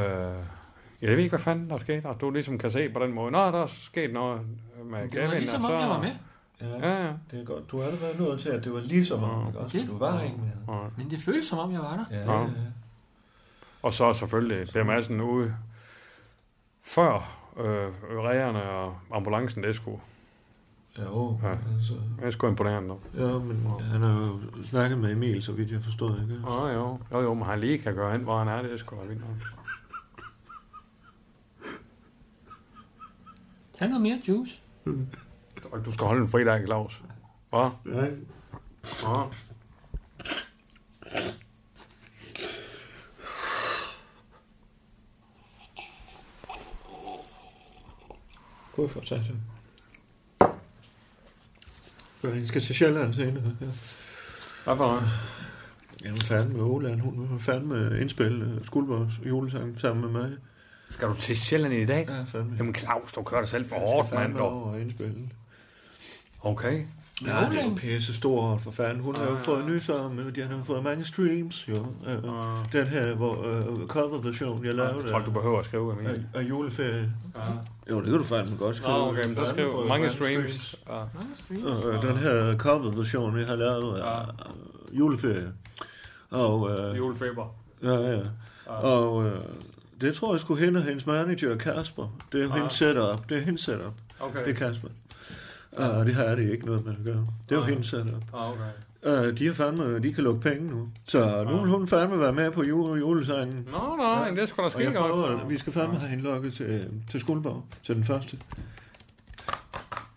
Speaker 7: jeg ved ikke, hvad fanden der er sket, og du ligesom kan se på den måde, nå, der er sket noget med
Speaker 8: Det var
Speaker 7: og
Speaker 8: ligesom om,
Speaker 7: så-
Speaker 8: jeg var med.
Speaker 5: Ja,
Speaker 7: Ja, ja.
Speaker 5: det er godt. Du har allerede nået til, at det var ligesom om, ikke også?
Speaker 8: Det-
Speaker 5: Du var ikke mere.
Speaker 7: Og,
Speaker 8: Men det føles som om, jeg var der.
Speaker 5: Ja,
Speaker 7: Nå.
Speaker 5: ja, ja.
Speaker 7: og så selvfølgelig Per Madsen ude før øh, rægerne og ambulancen, det skulle,
Speaker 5: Jo,
Speaker 7: Ja.
Speaker 5: altså.
Speaker 7: det skulle imponerende. nok.
Speaker 5: Ja, men han har jo snakket med Emil, så vidt jeg forstod, ikke?
Speaker 7: Åh, oh, jo. Jo, jo, men han lige kan gøre hen, hvor han er, det er sgu da vildt nok.
Speaker 8: Tag noget mere juice.
Speaker 7: Og Du skal holde en fredag, Claus. Hvad?
Speaker 5: Nej.
Speaker 7: Nå.
Speaker 5: Hvorfor sagde du? Ja, han skal til Sjælland senere. Ja.
Speaker 7: Hvad for noget?
Speaker 5: Jeg var færdig med Åland. Hun var færdig med at indspille Skuldborgs julesang sammen med mig.
Speaker 7: Skal du til Sjælland i dag?
Speaker 5: Ja, fandme.
Speaker 7: Jamen Claus, du kører dig selv for
Speaker 5: Jeg skal
Speaker 7: hårdt,
Speaker 5: fandme
Speaker 7: mand. dog.
Speaker 5: over at indspille.
Speaker 7: Okay.
Speaker 5: Ja, det er jo pisse stor for fanden. Hun har jo fået nys om, at den har fået mange streams, jo. Øh, Den her, hvor øh, coverversion, jeg
Speaker 7: Jeg
Speaker 5: lavede
Speaker 7: Ah. tror, du
Speaker 5: af,
Speaker 7: behøver at skrive,
Speaker 5: af,
Speaker 7: Emil.
Speaker 5: af juleferie.
Speaker 7: Ja.
Speaker 5: Jo, det kan du fandme godt skrive.
Speaker 7: Nå, okay, men
Speaker 5: Fandme
Speaker 7: så skriv
Speaker 5: fået
Speaker 7: mange streams. Ah. Ja.
Speaker 8: Mange streams.
Speaker 5: Og, øh, den her coverversion, jeg har lavet af øh,
Speaker 7: Ah.
Speaker 5: juleferie. Og, øh,
Speaker 7: Julefeber.
Speaker 5: Ja, ja. Og øh, det tror jeg skulle hende og hendes manager, Kasper. Det er jo hendes setup. Det er hendes setup.
Speaker 7: Okay.
Speaker 5: Det er Kasper. Og det har det ikke noget med at gøre. Det er jo
Speaker 7: Nej.
Speaker 5: hendes setup.
Speaker 7: Ah, okay.
Speaker 5: Øh, de, har fandme, de kan lukke penge nu. Så nu vil hun fandme være med på jule, julesangen.
Speaker 7: Nå, nå, men det skulle da
Speaker 5: Og jeg
Speaker 7: ske
Speaker 5: prøver, at vi Ah.
Speaker 7: godt.
Speaker 5: skal fandme have hende lukket til, til Skuldborg, til den første.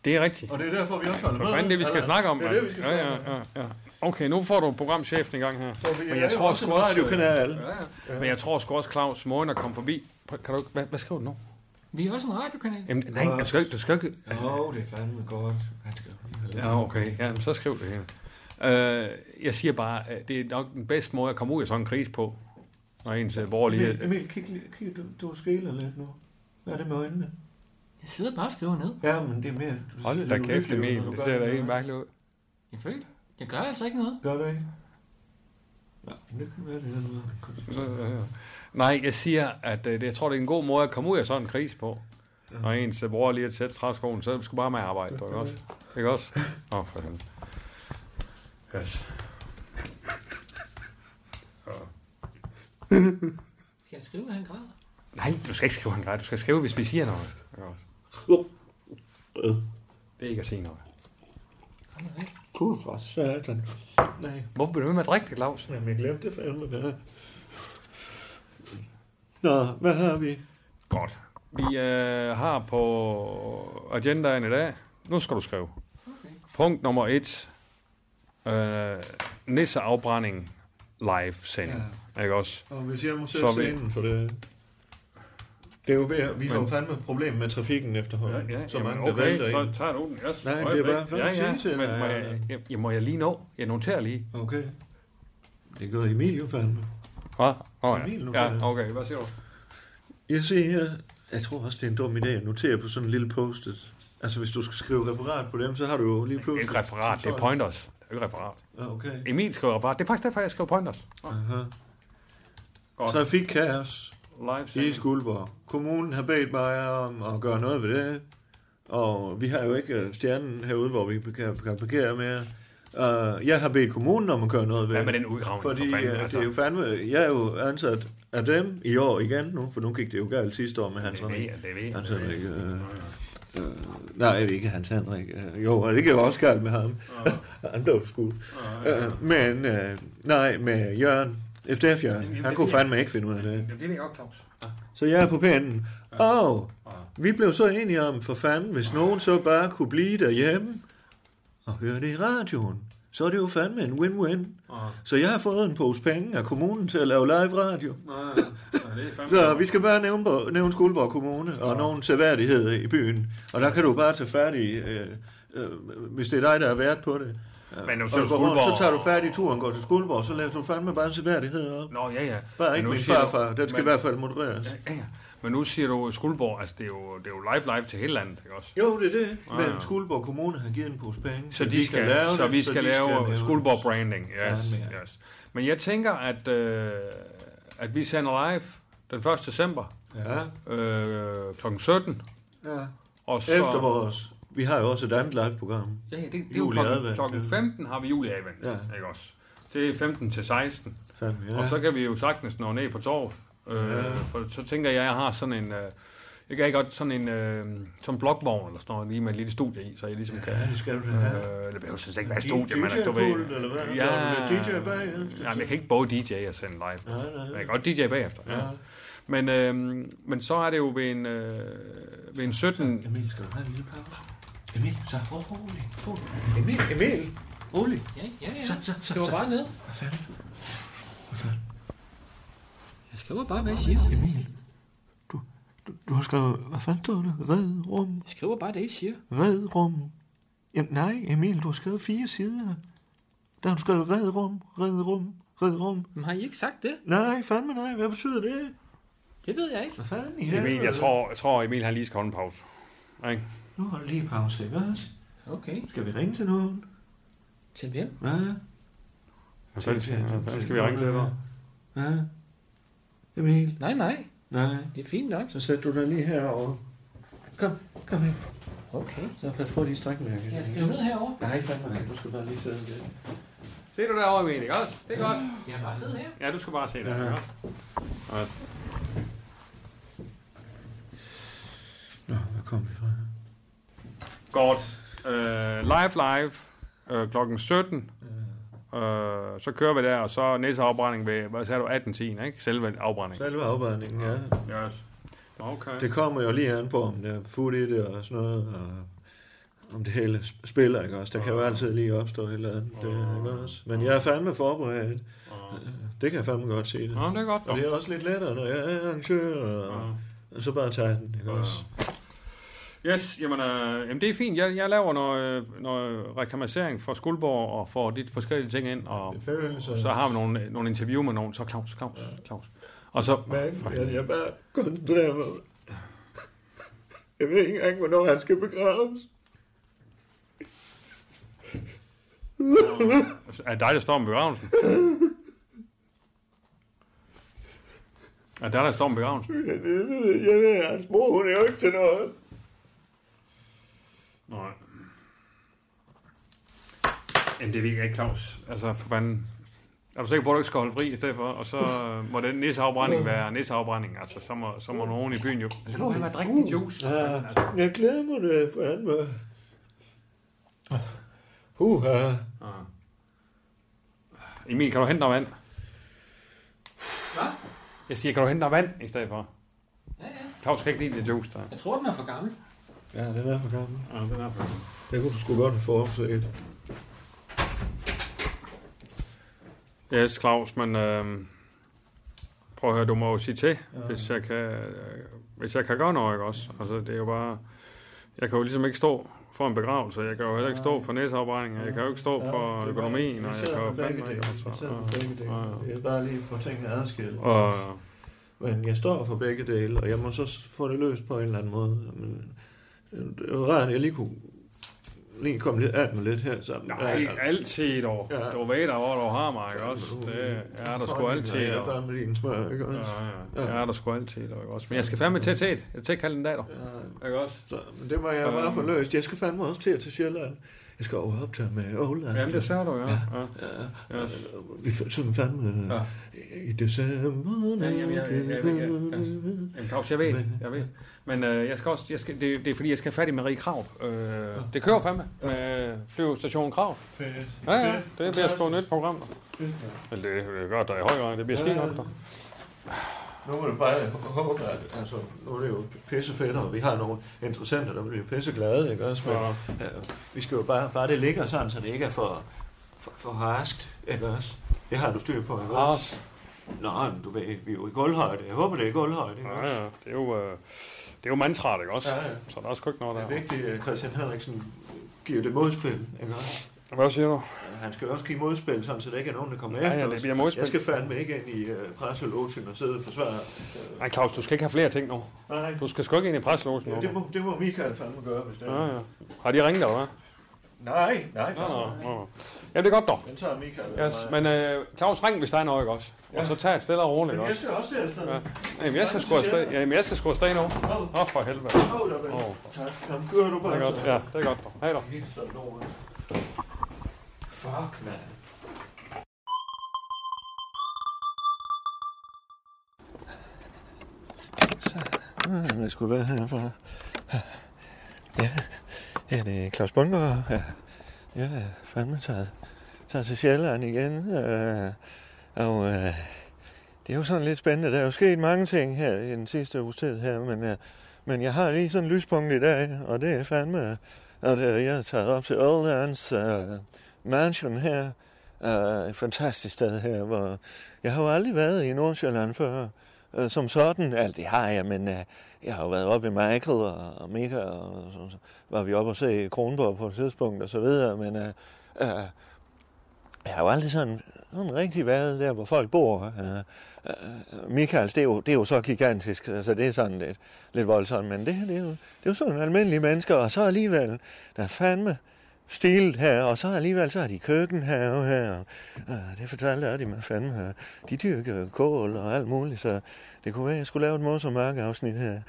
Speaker 7: Det er rigtigt.
Speaker 5: Og det er derfor, vi også holder
Speaker 7: For fanden det, vi skal snakke om, mand. Ja, ja, ja, ja. Okay, nu får du programchefen i gang her. Men jeg tror sgu også...
Speaker 5: radiokanal.
Speaker 7: øh, Men jeg tror sgu også, Claus, morgen er kommet forbi. Prøv- Kan du, ikke- hvad, hvad skriver du nu?
Speaker 8: Vi er også en radiokanal.
Speaker 7: Jamen, nej, jeg skal ikke, du skal ikke...
Speaker 5: Åh, det er fandme godt. Han skal-
Speaker 7: Ja, okay. Ja, men så skriv det hele. Øh, jeg siger bare, at det er nok den bedste måde at komme ud af sådan en krise på. Når ens øh, borgerlighed...
Speaker 5: Emil, Emil kig, lige- kig du, du skæler lidt nu. Hvad er det med øjnene?
Speaker 8: Jeg sidder bare og skriver ned.
Speaker 5: Ja, men det er mere... Du
Speaker 7: Hold da kæft, Emil. Det ser da helt mærkeligt ud.
Speaker 8: Jeg føler, jeg gør altså ikke noget.
Speaker 5: Gør du ikke? Ja, men det kan være det er noget.
Speaker 7: Øh, øh. Nej, jeg siger, at øh, det, jeg tror, det er en god måde at komme ud af sådan en krise på. Når ens øh, bror lige at sætte træskoen, så skal bare med at arbejde, du, ikke også? Ikke også? Nå, for helvede. Yes.
Speaker 8: Skal jeg skrive, at han græder?
Speaker 7: Nej, du skal ikke skrive en grej. Du skal skrive, hvis vi siger noget. Ikke også? Det er ikke at sige noget.
Speaker 5: Gud for satan. Nej,
Speaker 7: Hvorfor bliver du ved med at drikke det, Claus?
Speaker 5: jamen jeg glemte det fandme. Hvad? Nå, hvad har vi?
Speaker 7: Godt. Vi øh, har på agendaen i dag, nu skal du skrive. Okay. Punkt nummer et, øh, nisseafbrænding live sending. Ja. Ikke også?
Speaker 5: Og hvis jeg må
Speaker 7: Så
Speaker 5: sætte
Speaker 7: er vi-
Speaker 5: scenen for det... Det er jo ved, at- vi har jo fandme et problem med trafikken efterhånden. så mange der vælter ind.
Speaker 7: så tager du den. Yes.
Speaker 5: Nej, men det er Øjeblik. bare for at
Speaker 7: ja,
Speaker 5: sige
Speaker 7: ja.
Speaker 5: til øh?
Speaker 7: men,
Speaker 5: dig,
Speaker 7: må,
Speaker 5: eller-
Speaker 7: jeg, jeg, jeg, må jeg lige nå? Jeg noterer lige.
Speaker 5: Okay. Det gør Emil jo fandme.
Speaker 7: Hva? Nå, ja.
Speaker 5: Emil noterer.
Speaker 7: ja, okay. Hvad siger du?
Speaker 5: Jeg ser her, jeg tror også, det er en dum idé at notere på sådan en lille post-it. Altså, hvis du skal skrive referat på dem, så har du jo lige
Speaker 7: Det er
Speaker 5: pludselig...
Speaker 7: ikke referat, det er pointers. Det er ikke referat.
Speaker 5: Ja, okay.
Speaker 7: Emil skriver referat. Det er faktisk derfor, jeg skriver pointers.
Speaker 5: Aha.
Speaker 7: Godt.
Speaker 5: Trafikkaos
Speaker 7: Live
Speaker 5: i
Speaker 7: sending.
Speaker 5: Skuldborg. Kommunen har bedt mig om at gøre noget ved det. Og vi har jo ikke øh, stjernen herude, hvor vi kan kan parkere mere. Uh, jeg har bedt kommunen om at gøre noget ved
Speaker 7: Hvad med
Speaker 5: det.
Speaker 7: den udgravning?
Speaker 5: Fordi
Speaker 7: for
Speaker 5: øh,
Speaker 7: fanden,
Speaker 5: det
Speaker 7: altså?
Speaker 5: er jo fandme... Jeg er jo ansat af dem i år igen nu, for nu gik det jo galt sidste år med Hans
Speaker 7: Det ved
Speaker 5: René.
Speaker 7: jeg, det ved jeg.
Speaker 5: Hans Henrik. Øh, øh, nej, jeg ved ikke Hans Henrik. Øh, jo, og det gik også galt med ham.
Speaker 7: Ah.
Speaker 5: han blev skudt. Øh, men øh, nej, med Jørgen. FDF Jørgen. Han kunne fandme ikke finde ud af det.
Speaker 7: Jamen, det ved jeg godt, Claus. Ah.
Speaker 5: Så jeg er på pinden. Og vi blev så enige om, for fanden, hvis nogen så bare kunne blive derhjemme og høre det i radioen, så er det jo fandme en win-win.
Speaker 8: Ja.
Speaker 5: Så jeg har fået en pose penge af kommunen til at lave live radio.
Speaker 8: Nej,
Speaker 7: det er fandme...
Speaker 5: Så vi skal bare nævne, Bor- nævne Skuldborg Kommune og ja. nogle seværdigheder i byen. Og der kan du bare tage fat i, øh, øh, hvis det er dig, der er vært på det. Øh,
Speaker 7: Men nu
Speaker 5: og
Speaker 7: så
Speaker 5: du går rundt,
Speaker 7: Skuldborg-
Speaker 5: så tager du fat i turen, går til Skuldborg, så laver du fandme bare en seværdighed op.
Speaker 7: Nå, ja, ja.
Speaker 5: Bare
Speaker 7: Men
Speaker 5: ikke
Speaker 7: nu
Speaker 5: min
Speaker 7: siger du-
Speaker 5: farfar, den skal
Speaker 7: men-
Speaker 5: i hvert fald modereres.
Speaker 7: Ja, ja. Men nu siger du Skuldborg, altså det er jo, det er jo live live til hele landet, ikke også?
Speaker 5: Jo, det er det.
Speaker 7: Ja,
Speaker 5: Men
Speaker 7: Ah, ja.
Speaker 5: Skuldborg Kommune har givet en pose penge,
Speaker 7: Så, de skal, lave så
Speaker 5: det,
Speaker 7: vi skal
Speaker 5: de
Speaker 7: lave
Speaker 5: nævnes.
Speaker 7: Skuldborg branding. Yes,
Speaker 5: Fandme,
Speaker 7: yes. Men jeg tænker, at, øh, at vi sender live den 1. december
Speaker 5: Ja.
Speaker 7: øh, kl. 17.
Speaker 5: Ja.
Speaker 7: Og så,
Speaker 5: Efter vores... Vi har jo også et andet live-program.
Speaker 7: Ja, det, det er jo
Speaker 5: Jul i
Speaker 7: klokken,
Speaker 5: advent.
Speaker 7: klokken 15 har vi juleadvent, ja.
Speaker 5: Ja.
Speaker 7: ikke også? Det er 15 til 16.
Speaker 5: Fandme, ja.
Speaker 7: Og så kan vi jo sagtens nå ned på torv. Øh,
Speaker 5: Ja.
Speaker 7: For så tænker jeg, at jeg har sådan en... Øh, jeg kan godt sådan en øh, som blokvogn eller sådan noget, lige med et lille studie i, så jeg ligesom kan...
Speaker 5: det skal du da
Speaker 7: Øh,
Speaker 5: have.
Speaker 7: det behøver sådan set ikke være et
Speaker 5: Din
Speaker 7: studie, men at du ved...
Speaker 5: DJ-pult, eller hvad?
Speaker 7: Ja,
Speaker 5: Laver du lidt DJ bagefter?
Speaker 7: Jamen, jeg kan ikke både DJ og sende live.
Speaker 5: Nej, nej, nej.
Speaker 7: Men jeg kan godt DJ bagefter. Ja. Men, øh, men så er det jo ved en, øh, ved en 17...
Speaker 5: Emil, skal du have en lille pause? Emil, så rolig, rolig. Emil, Emil, rolig.
Speaker 8: Ja, ja, ja.
Speaker 5: Så, så, så,
Speaker 8: Det var
Speaker 5: så.
Speaker 8: bare ned.
Speaker 5: Hvad fanden?
Speaker 8: Jeg skriver bare, hvad jeg siger.
Speaker 5: Emil, du, du, du har skrevet, hvad fanden stod der? Red rum,
Speaker 8: Jeg skriver bare det, I siger.
Speaker 5: red rum. Jamen nej, Emil, du har skrevet fire sider. Der har du skrevet red rum, red rum, red rum.
Speaker 8: Men har I ikke sagt det?
Speaker 5: Nej, fandme nej, hvad betyder det?
Speaker 8: Det ved jeg ikke.
Speaker 5: Hvad fanden i
Speaker 7: Emil, jeg
Speaker 5: helvede?
Speaker 7: tror, jeg tror Emil han lige skal holde en pause. Ikke?
Speaker 5: Nu holder lige pause, ikke også?
Speaker 8: Okay.
Speaker 5: Skal vi ringe til nogen?
Speaker 8: Til hvem?
Speaker 5: Hvad?
Speaker 7: Hvad fanden- hvad skal vi ringe til dig?
Speaker 5: Hvad? Emil?
Speaker 8: Nej, nej.
Speaker 5: Nej.
Speaker 8: Det er fint nok.
Speaker 5: Så sæt du dig lige herover. Kom, kom her.
Speaker 8: Okay.
Speaker 5: Så pas på de strækmærker.
Speaker 8: Jeg skriver ned herovre.
Speaker 5: Nej, fandme nej. Du skal bare lige sidde der.
Speaker 7: Se du derovre, Emil, ikke også? Det er godt.
Speaker 8: Jeg bare sidde her.
Speaker 7: Ja, du skal bare se det. Ja.
Speaker 5: Nå, hvor kom vi fra?
Speaker 7: Godt. Øh, live, live. Øh, klokken 17. Øh, så kører vi der, og så næste afbrænding ved, hvad sagde du, 18.10, ikke? Selve afbrændingen.
Speaker 5: Selve afbrændingen, ja.
Speaker 7: Yes. Okay.
Speaker 5: Det kommer jo lige an på, om der er fut i det og sådan noget, og om det hele sp- spiller, ikke også? Der kan jo altid lige opstå et eller andet, det, ikke også? Men jeg er fandme forberedt. Det kan jeg fandme godt se det.
Speaker 7: Nå, men det er godt.
Speaker 5: Og
Speaker 7: dog.
Speaker 5: det er også lidt lettere, når jeg er arrangør, og, og så bare tage den, ikke også?
Speaker 7: Yes, jamen, øh, jamen det er fint. Jeg, jeg laver noget, øh, noget reklamering for Skuldborg og får de forskellige ting ind, og
Speaker 5: Følelser.
Speaker 7: så har vi nogle, nogle interview med nogen. Så Claus, Claus, Claus. Og så...
Speaker 5: mærke, at jeg bare koncentrerer mig. Jeg ved ikke engang, hvornår han skal begraves.
Speaker 7: Er det dig, der står med begravelsen? Er det dig, der står med begravelsen?
Speaker 5: Jeg ved, jeg ved hans mor, hun er jo ikke til noget.
Speaker 7: Nej. Jamen, det virker ikke, Claus. Altså, for fanden. Er du sikker på, at du ikke skal holde fri i stedet for? Og så øh, må den nisseafbrænding være nisseafbrænding. Altså, så må, så må nogen i byen jo... Uh. Altså, nu har man drikke din juice.
Speaker 5: Ja, jeg glæder mig, det er fandme. Huha.
Speaker 7: Emil, kan du hente noget vand?
Speaker 8: Hvad?
Speaker 7: Jeg siger, kan du hente noget vand i stedet for?
Speaker 8: Ja, ja.
Speaker 7: Claus kan ikke lide det juice, der.
Speaker 8: Jeg tror, den er for gammel.
Speaker 5: Ja, den er for gammel.
Speaker 7: Ja, den er for...
Speaker 5: Det kunne du sgu godt have forudset.
Speaker 7: Yes, Claus, men øh, prøv at høre, du må jo sige til, ja. hvis, jeg kan, øh, hvis jeg kan gøre noget, ikke også? Altså, det er jo bare, jeg kan jo ligesom ikke stå for en begravelse, jeg kan jo heller ikke stå for næseafbrændinger, jeg kan jo ikke stå for økonomien, og jeg kan jo fandme ikke, altså. Og-
Speaker 5: Jeg vil bare lige få tingene adskilt.
Speaker 7: Og,
Speaker 5: Men jeg står for begge dele, og jeg må så s- få det løst på en eller anden måde. Men øh, det er jo rart, at jeg lige kunne lige komme lidt af med lidt her sammen.
Speaker 7: nej, ikke altid dog.
Speaker 5: Ja.
Speaker 7: Du ved da, hvor du har mig, ikke også? Det er der sgu altid,
Speaker 5: Jeg er
Speaker 7: dog.
Speaker 5: fandme din smør, ikke
Speaker 7: Ja,
Speaker 5: også?
Speaker 7: ja. Det er der sgu altid, dog, ikke også? Men jeg skal fandme til tæt. Jeg tæt kalde den dag, dog. Ikke også?
Speaker 5: Så, men det må jeg
Speaker 7: Øhm.
Speaker 5: bare få løst. Jeg skal fandme også til at til Sjælland. Jeg skal over og optage med Åland.
Speaker 7: Jamen, det sagde du, ja. ja.
Speaker 5: Ja. Vi f- som
Speaker 7: Ja.
Speaker 5: fandme ja. i december.
Speaker 7: Ja, jamen, jeg- jeg- jeg- jeg- Jamen, Claus, jeg ved, jeg ved. Men øh, jeg skal også, jeg skal, det, det er fordi, jeg skal have fat i Marie Krav. Øh, det kører fandme med øh, flyvestation Krav.
Speaker 5: Fedt.
Speaker 7: Ja, ja, det bliver sgu et nyt program. der. Eller det, det gør der i høj grad, det bliver skidt op der.
Speaker 5: Nu må du bare håbe, at altså, nu er det jo pisse fedt, og vi har nogle interessenter, der bliver pisse glade, ikke også? Men, ja. vi skal jo bare, bare det ligger sådan, så det ikke er for
Speaker 10: For, for harskt, ikke også? Det har du styr på, ikke også?
Speaker 7: Harskt.
Speaker 10: Nå, men du ved, vi er jo i gulvhøjde. Jeg håber, det er i gulvhøjde, ikke også?
Speaker 7: Ja, ja. Det er jo, øh, det er jo mantraet, ikke også?
Speaker 10: Ja, ja.
Speaker 7: Så der er sgu ikke noget
Speaker 10: Det er
Speaker 7: der.
Speaker 10: vigtigt, at Christian Henriksen giver det modspil, ikke også?
Speaker 7: Hvad siger du?
Speaker 10: Han skal jo også give modspil, sådan, så der ikke er nogen, der kommer
Speaker 7: Ja, ja,
Speaker 10: efter
Speaker 7: det
Speaker 10: os.
Speaker 7: bliver modspil.
Speaker 10: Jeg skal fandme ikke ind i uh, presselogen og sidde og forsvare. øh,
Speaker 7: Nej, Claus, du skal ikke have flere ting nu.
Speaker 10: Nej,
Speaker 7: Du skal sgu ikke ind i preslogen nu.
Speaker 10: ja, det, må, det må Michael fandme gøre, hvis det er.
Speaker 7: Ja, ja. Har de ringet, eller hvad?
Speaker 10: Nej, nej,
Speaker 7: Nå,
Speaker 10: fandme.
Speaker 7: nå, nå. Ja, det er godt dog.
Speaker 10: Den tager Michael.
Speaker 7: Yes, men øh, Claus, ring, hvis der er noget, ikke også? Og så tag et stille og roligt, ikke
Speaker 10: jeg
Speaker 7: også?
Speaker 10: skal også til afsted.
Speaker 7: Ja. Jamen, jeg skal sgu afsted, jamen, jeg skal sgu afsted nu. Åh, oh, for helvede.
Speaker 10: Åh, der vel.
Speaker 7: Åh.
Speaker 10: Tak. Jamen, kører du
Speaker 7: Det
Speaker 10: bare.
Speaker 7: er godt,
Speaker 10: så.
Speaker 7: ja, det er godt dog. Hej dog.
Speaker 10: Helt sådan over. Fuck, mand.
Speaker 5: øh, Jeg skulle være herfra. Ja, ja det er Claus Bundgaard. Ja, jeg er fandme taget, taget til Sjælland igen. Øh, og øh, det er jo sådan lidt spændende. Der er jo sket mange ting her i den sidste uges tid her, men, øh, men jeg har lige sådan en lyspunkt i dag, og det er fandme, at øh, jeg er taget op til Oldlands øh, Mansion her. Øh, et fantastisk sted her, hvor jeg har jo aldrig været i Nordsjælland før øh, som sådan. Alt det har jeg, men øh, jeg har jo været oppe i Michael og, og Mika, og så, så var vi oppe og se Kronborg på et tidspunkt og så videre, men øh, øh, jeg har jo aldrig sådan, sådan rigtig været der, hvor folk bor. Øh, øh, Michael, det er, jo, det er jo så gigantisk, så altså, det er sådan lidt, lidt voldsomt, men det, her, det, er jo, det er jo sådan almindelige mennesker, og så alligevel, der er fandme stilet her, og så alligevel, så har de køkkenhave her, og øh, det fortalte jeg, de mig fandme her. De dyrker kål og alt muligt, så det kunne være, at jeg skulle lave et morsomt afsnit her.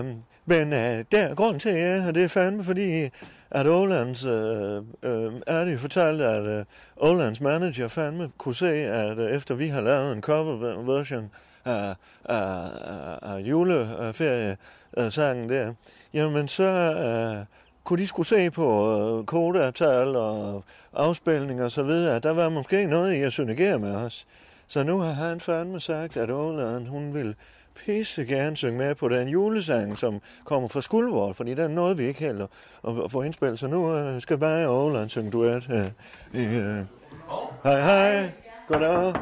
Speaker 5: um, men uh, der, grunden til, at jeg er her, det er fandme fordi, at Ålands, øh, øh, er det fortalt, at øh, Ålands manager fandme kunne se, at øh, efter vi har lavet en cover version af, af, af, af juleferiesangen der, jamen så øh, kunne de skulle se på øh, kodetal og afspilning og så videre, at der var måske noget i at synergere med os. Så nu har han fandme sagt, at Åland, hun vil pisse gerne synge med på den julesang, som kommer fra Skuldvold, fordi den nåede vi ikke heller at, at få indspillet. Så nu øh, skal bare Åland synge duet. Øh, i, øh. Hej, hej. Goddag.
Speaker 11: Hej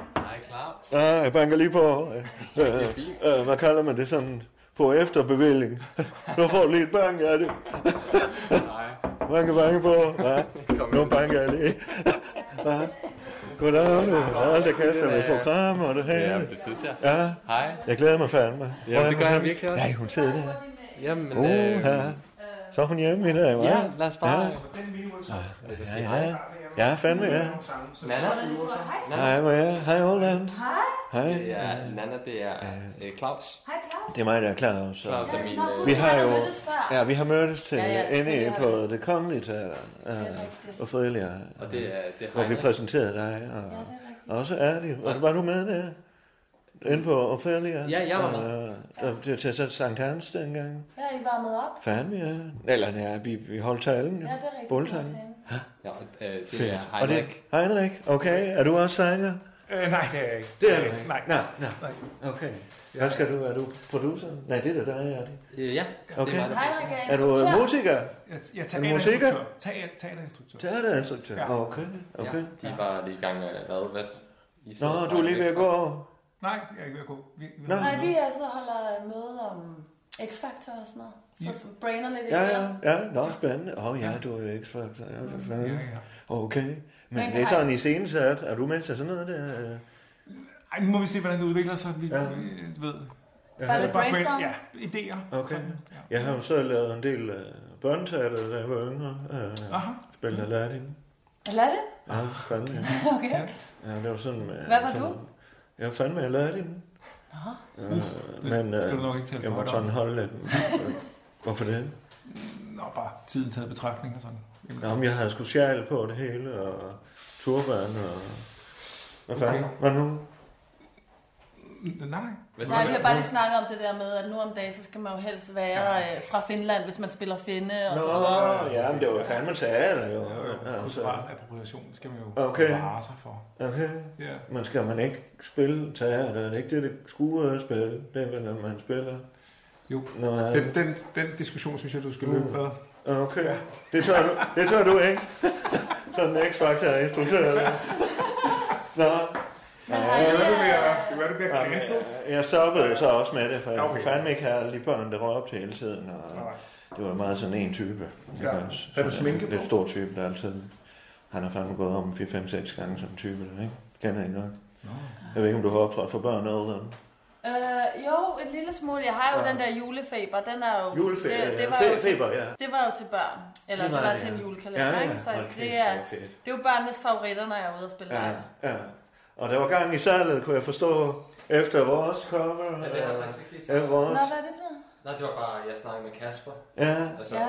Speaker 11: Claus.
Speaker 5: Ja, jeg banker lige på. Øh, øh, øh, hvad kalder man det sådan? På efterbevilling. nu får du lige et bank af det.
Speaker 11: Hej.
Speaker 5: Banke, banke på. Ja. Nu banker jeg lige. Ja. Goddag, nu. Hold da kæft, der er et program og det
Speaker 11: Ja,
Speaker 5: hele.
Speaker 11: det synes jeg.
Speaker 5: Ja,
Speaker 11: Hej.
Speaker 5: jeg glæder mig fandme.
Speaker 11: Jamen, det gør jeg virkelig også.
Speaker 5: Nej, hun sidder der.
Speaker 11: Jamen,
Speaker 5: Uh,
Speaker 11: øh,
Speaker 5: ja. Så er hun hjemme i dag, hva'?
Speaker 11: ja, lad os bare...
Speaker 5: Ja, ja. Ja, fandme, ja.
Speaker 11: Nana?
Speaker 5: Hej, hvor er jeg? Hej, Holland. Hej.
Speaker 11: Det er, Nana, det er øh, Claus.
Speaker 5: Det er mig, der er Claus. Så.
Speaker 11: Claus er min... Øh,
Speaker 5: Vi har jo... Ja, vi har mødtes til inde på det kongelige teater. Uh, og Fødelia.
Speaker 11: og det er, det er
Speaker 5: Hvor vi
Speaker 11: Heine.
Speaker 5: præsenterede dig. Og, og også Erdi. Var, var du med der? Inde på Ophelia?
Speaker 11: Ja, jeg var
Speaker 5: med. Øh, det til Sankt Hans dengang.
Speaker 12: Ja, I varmet op.
Speaker 5: Fandme, ja. Eller ja, vi, vi holdt
Speaker 12: Ja,
Speaker 5: talen.
Speaker 12: det er rigtigt.
Speaker 5: Båltalen.
Speaker 11: Ja, og, øh, det er
Speaker 5: Og det,
Speaker 11: Heinrich.
Speaker 5: Heinrich, okay. Er du også sanger?
Speaker 4: Øh, nej, det er jeg ikke.
Speaker 5: Det er du ikke.
Speaker 4: Nej.
Speaker 5: Nej, nej. Okay. Hvad skal du? Er du producer? Nej, det er da dig, Erdi.
Speaker 11: Øh, ja,
Speaker 5: Okay.
Speaker 11: det var det.
Speaker 5: Er du øh, musiker?
Speaker 4: Jeg, jeg
Speaker 5: Er du
Speaker 4: tager
Speaker 5: musiker?
Speaker 4: instruktør. Tag, teaterinstruktør.
Speaker 5: Teaterinstruktør?
Speaker 4: Ja.
Speaker 5: Okay, okay.
Speaker 11: Ja, de var lige i gang med, hvad, hvad? I sidder
Speaker 5: Nå,
Speaker 11: og
Speaker 5: du er lige ved at gå
Speaker 11: snakker
Speaker 5: over.
Speaker 4: Nej, jeg er ikke ved at gå. Vi, vi
Speaker 5: Nå.
Speaker 12: Nej, vi altså holder møde om X-Factor og sådan noget. Så brainer lidt
Speaker 5: Ja,
Speaker 12: i
Speaker 5: ja,
Speaker 12: det.
Speaker 5: ja. Nå, spændende. Åh, oh, ja, du er jo X-Factor. Ja, for fanden.
Speaker 4: Ja, ja.
Speaker 5: Okay. Men,
Speaker 12: Men
Speaker 5: det er
Speaker 12: har-
Speaker 5: sådan i scenesat. Er du med til sådan noget der? øh?
Speaker 4: Ej, nu må vi se, hvordan det udvikler sig. Vi,
Speaker 5: Ja.
Speaker 4: ja. vi ved.
Speaker 12: Bare lidt
Speaker 4: Bare brain,
Speaker 12: brainstorm.
Speaker 4: ja, idéer.
Speaker 5: Okay.
Speaker 4: Sådan, ja.
Speaker 5: Jeg har jo så lavet en del uh, børnetaler, da jeg var yngre. Uh,
Speaker 4: Aha.
Speaker 5: spillende Aladdin.
Speaker 12: Eller er det?
Speaker 5: Ja, fandme. ja.
Speaker 12: Okay.
Speaker 5: Ja, det var sådan med...
Speaker 12: Hvad var
Speaker 5: sådan,
Speaker 12: du?
Speaker 5: Jeg var fandme Aladdin. Nå. Uh, men
Speaker 4: skal du
Speaker 5: uh,
Speaker 4: nok ikke tale
Speaker 5: jeg
Speaker 4: for højt
Speaker 5: måtte sådan
Speaker 4: om.
Speaker 5: holde lidt. Hvorfor det?
Speaker 4: Nå, bare tiden taget i betragtning og sådan. Jamen,
Speaker 5: Nå, men jeg havde sgu sjæl på det hele, og turban, og... Hvad fanden?
Speaker 4: Okay.
Speaker 5: Hvad nu?
Speaker 4: n- Nej, nej.
Speaker 11: Hvad
Speaker 12: Nej,
Speaker 11: tænker
Speaker 12: vi har bare lige snakket om det der med, at nu om dagen, så skal man jo helst være
Speaker 4: Ja.
Speaker 12: øh, fra Finland, hvis man spiller finne og
Speaker 5: Nå,
Speaker 12: så videre.
Speaker 5: ja, men det var jo fandme teater, jo. Altså,
Speaker 4: Kulturel appropriation skal man jo
Speaker 5: Okay.
Speaker 4: vare sig for.
Speaker 5: okay.
Speaker 4: Ja.
Speaker 5: Men skal man ikke spille teater? Er det ikke det, det skuespil? Det er vel, at man spiller
Speaker 4: Jo.
Speaker 5: noget af
Speaker 4: Den,
Speaker 5: det. Mm.
Speaker 4: den, den diskussion synes jeg, du skal løbe bedre.
Speaker 5: Okay, det tør du, det tør du ikke. Sådan en X-Factor er instruktør. der. Nå.
Speaker 13: Men har I, Det
Speaker 12: øh,
Speaker 13: kan være, du bliver- det kan være, du bliver
Speaker 5: Nå, men
Speaker 13: cancelled.
Speaker 5: Jeg jeg stoppede jo så også med det, for jeg
Speaker 13: Okay.
Speaker 5: okay. kunne fandme ikke have lige børn, der røg op til hele tiden. Og det var meget sådan en type.
Speaker 13: Ja. Havde du sminke
Speaker 5: på?
Speaker 13: på?
Speaker 5: Lidt stor type, der altid... Han har fandme gået om 4-5-6 gange som type, der, ikke? Kender I nok. Jeg ved ikke, om du har optrådt for børn eller noget.
Speaker 12: Øh, jo, et lille smule. Jeg har jo
Speaker 5: Ja.
Speaker 12: den der julefeber. Den er jo...
Speaker 5: Julefeber,
Speaker 12: det,
Speaker 5: ja.
Speaker 12: det var
Speaker 5: Fe-
Speaker 12: jo til,
Speaker 5: feber, ja.
Speaker 12: Det var jo til børn. Eller
Speaker 5: Det
Speaker 12: det
Speaker 5: var
Speaker 12: var,
Speaker 5: det,
Speaker 12: til
Speaker 5: ja.
Speaker 12: en julekalender,
Speaker 5: Ja, ja.
Speaker 12: ikke? Så
Speaker 5: Hold
Speaker 12: det,
Speaker 5: kæft,
Speaker 12: er,
Speaker 5: hvor fedt.
Speaker 12: det er jo børnenes favoritter, når jeg er ude og spille
Speaker 5: Ja,
Speaker 12: live.
Speaker 5: ja. Og der var gang i salget, kunne jeg forstå, efter vores cover.
Speaker 11: Ja, det har jeg
Speaker 5: og-
Speaker 11: faktisk ikke lige
Speaker 5: Ja, vores.
Speaker 12: Nå, hvad er det for noget?
Speaker 11: Nej, det var bare, jeg snakkede med Kasper.
Speaker 5: Ja.
Speaker 12: Ja.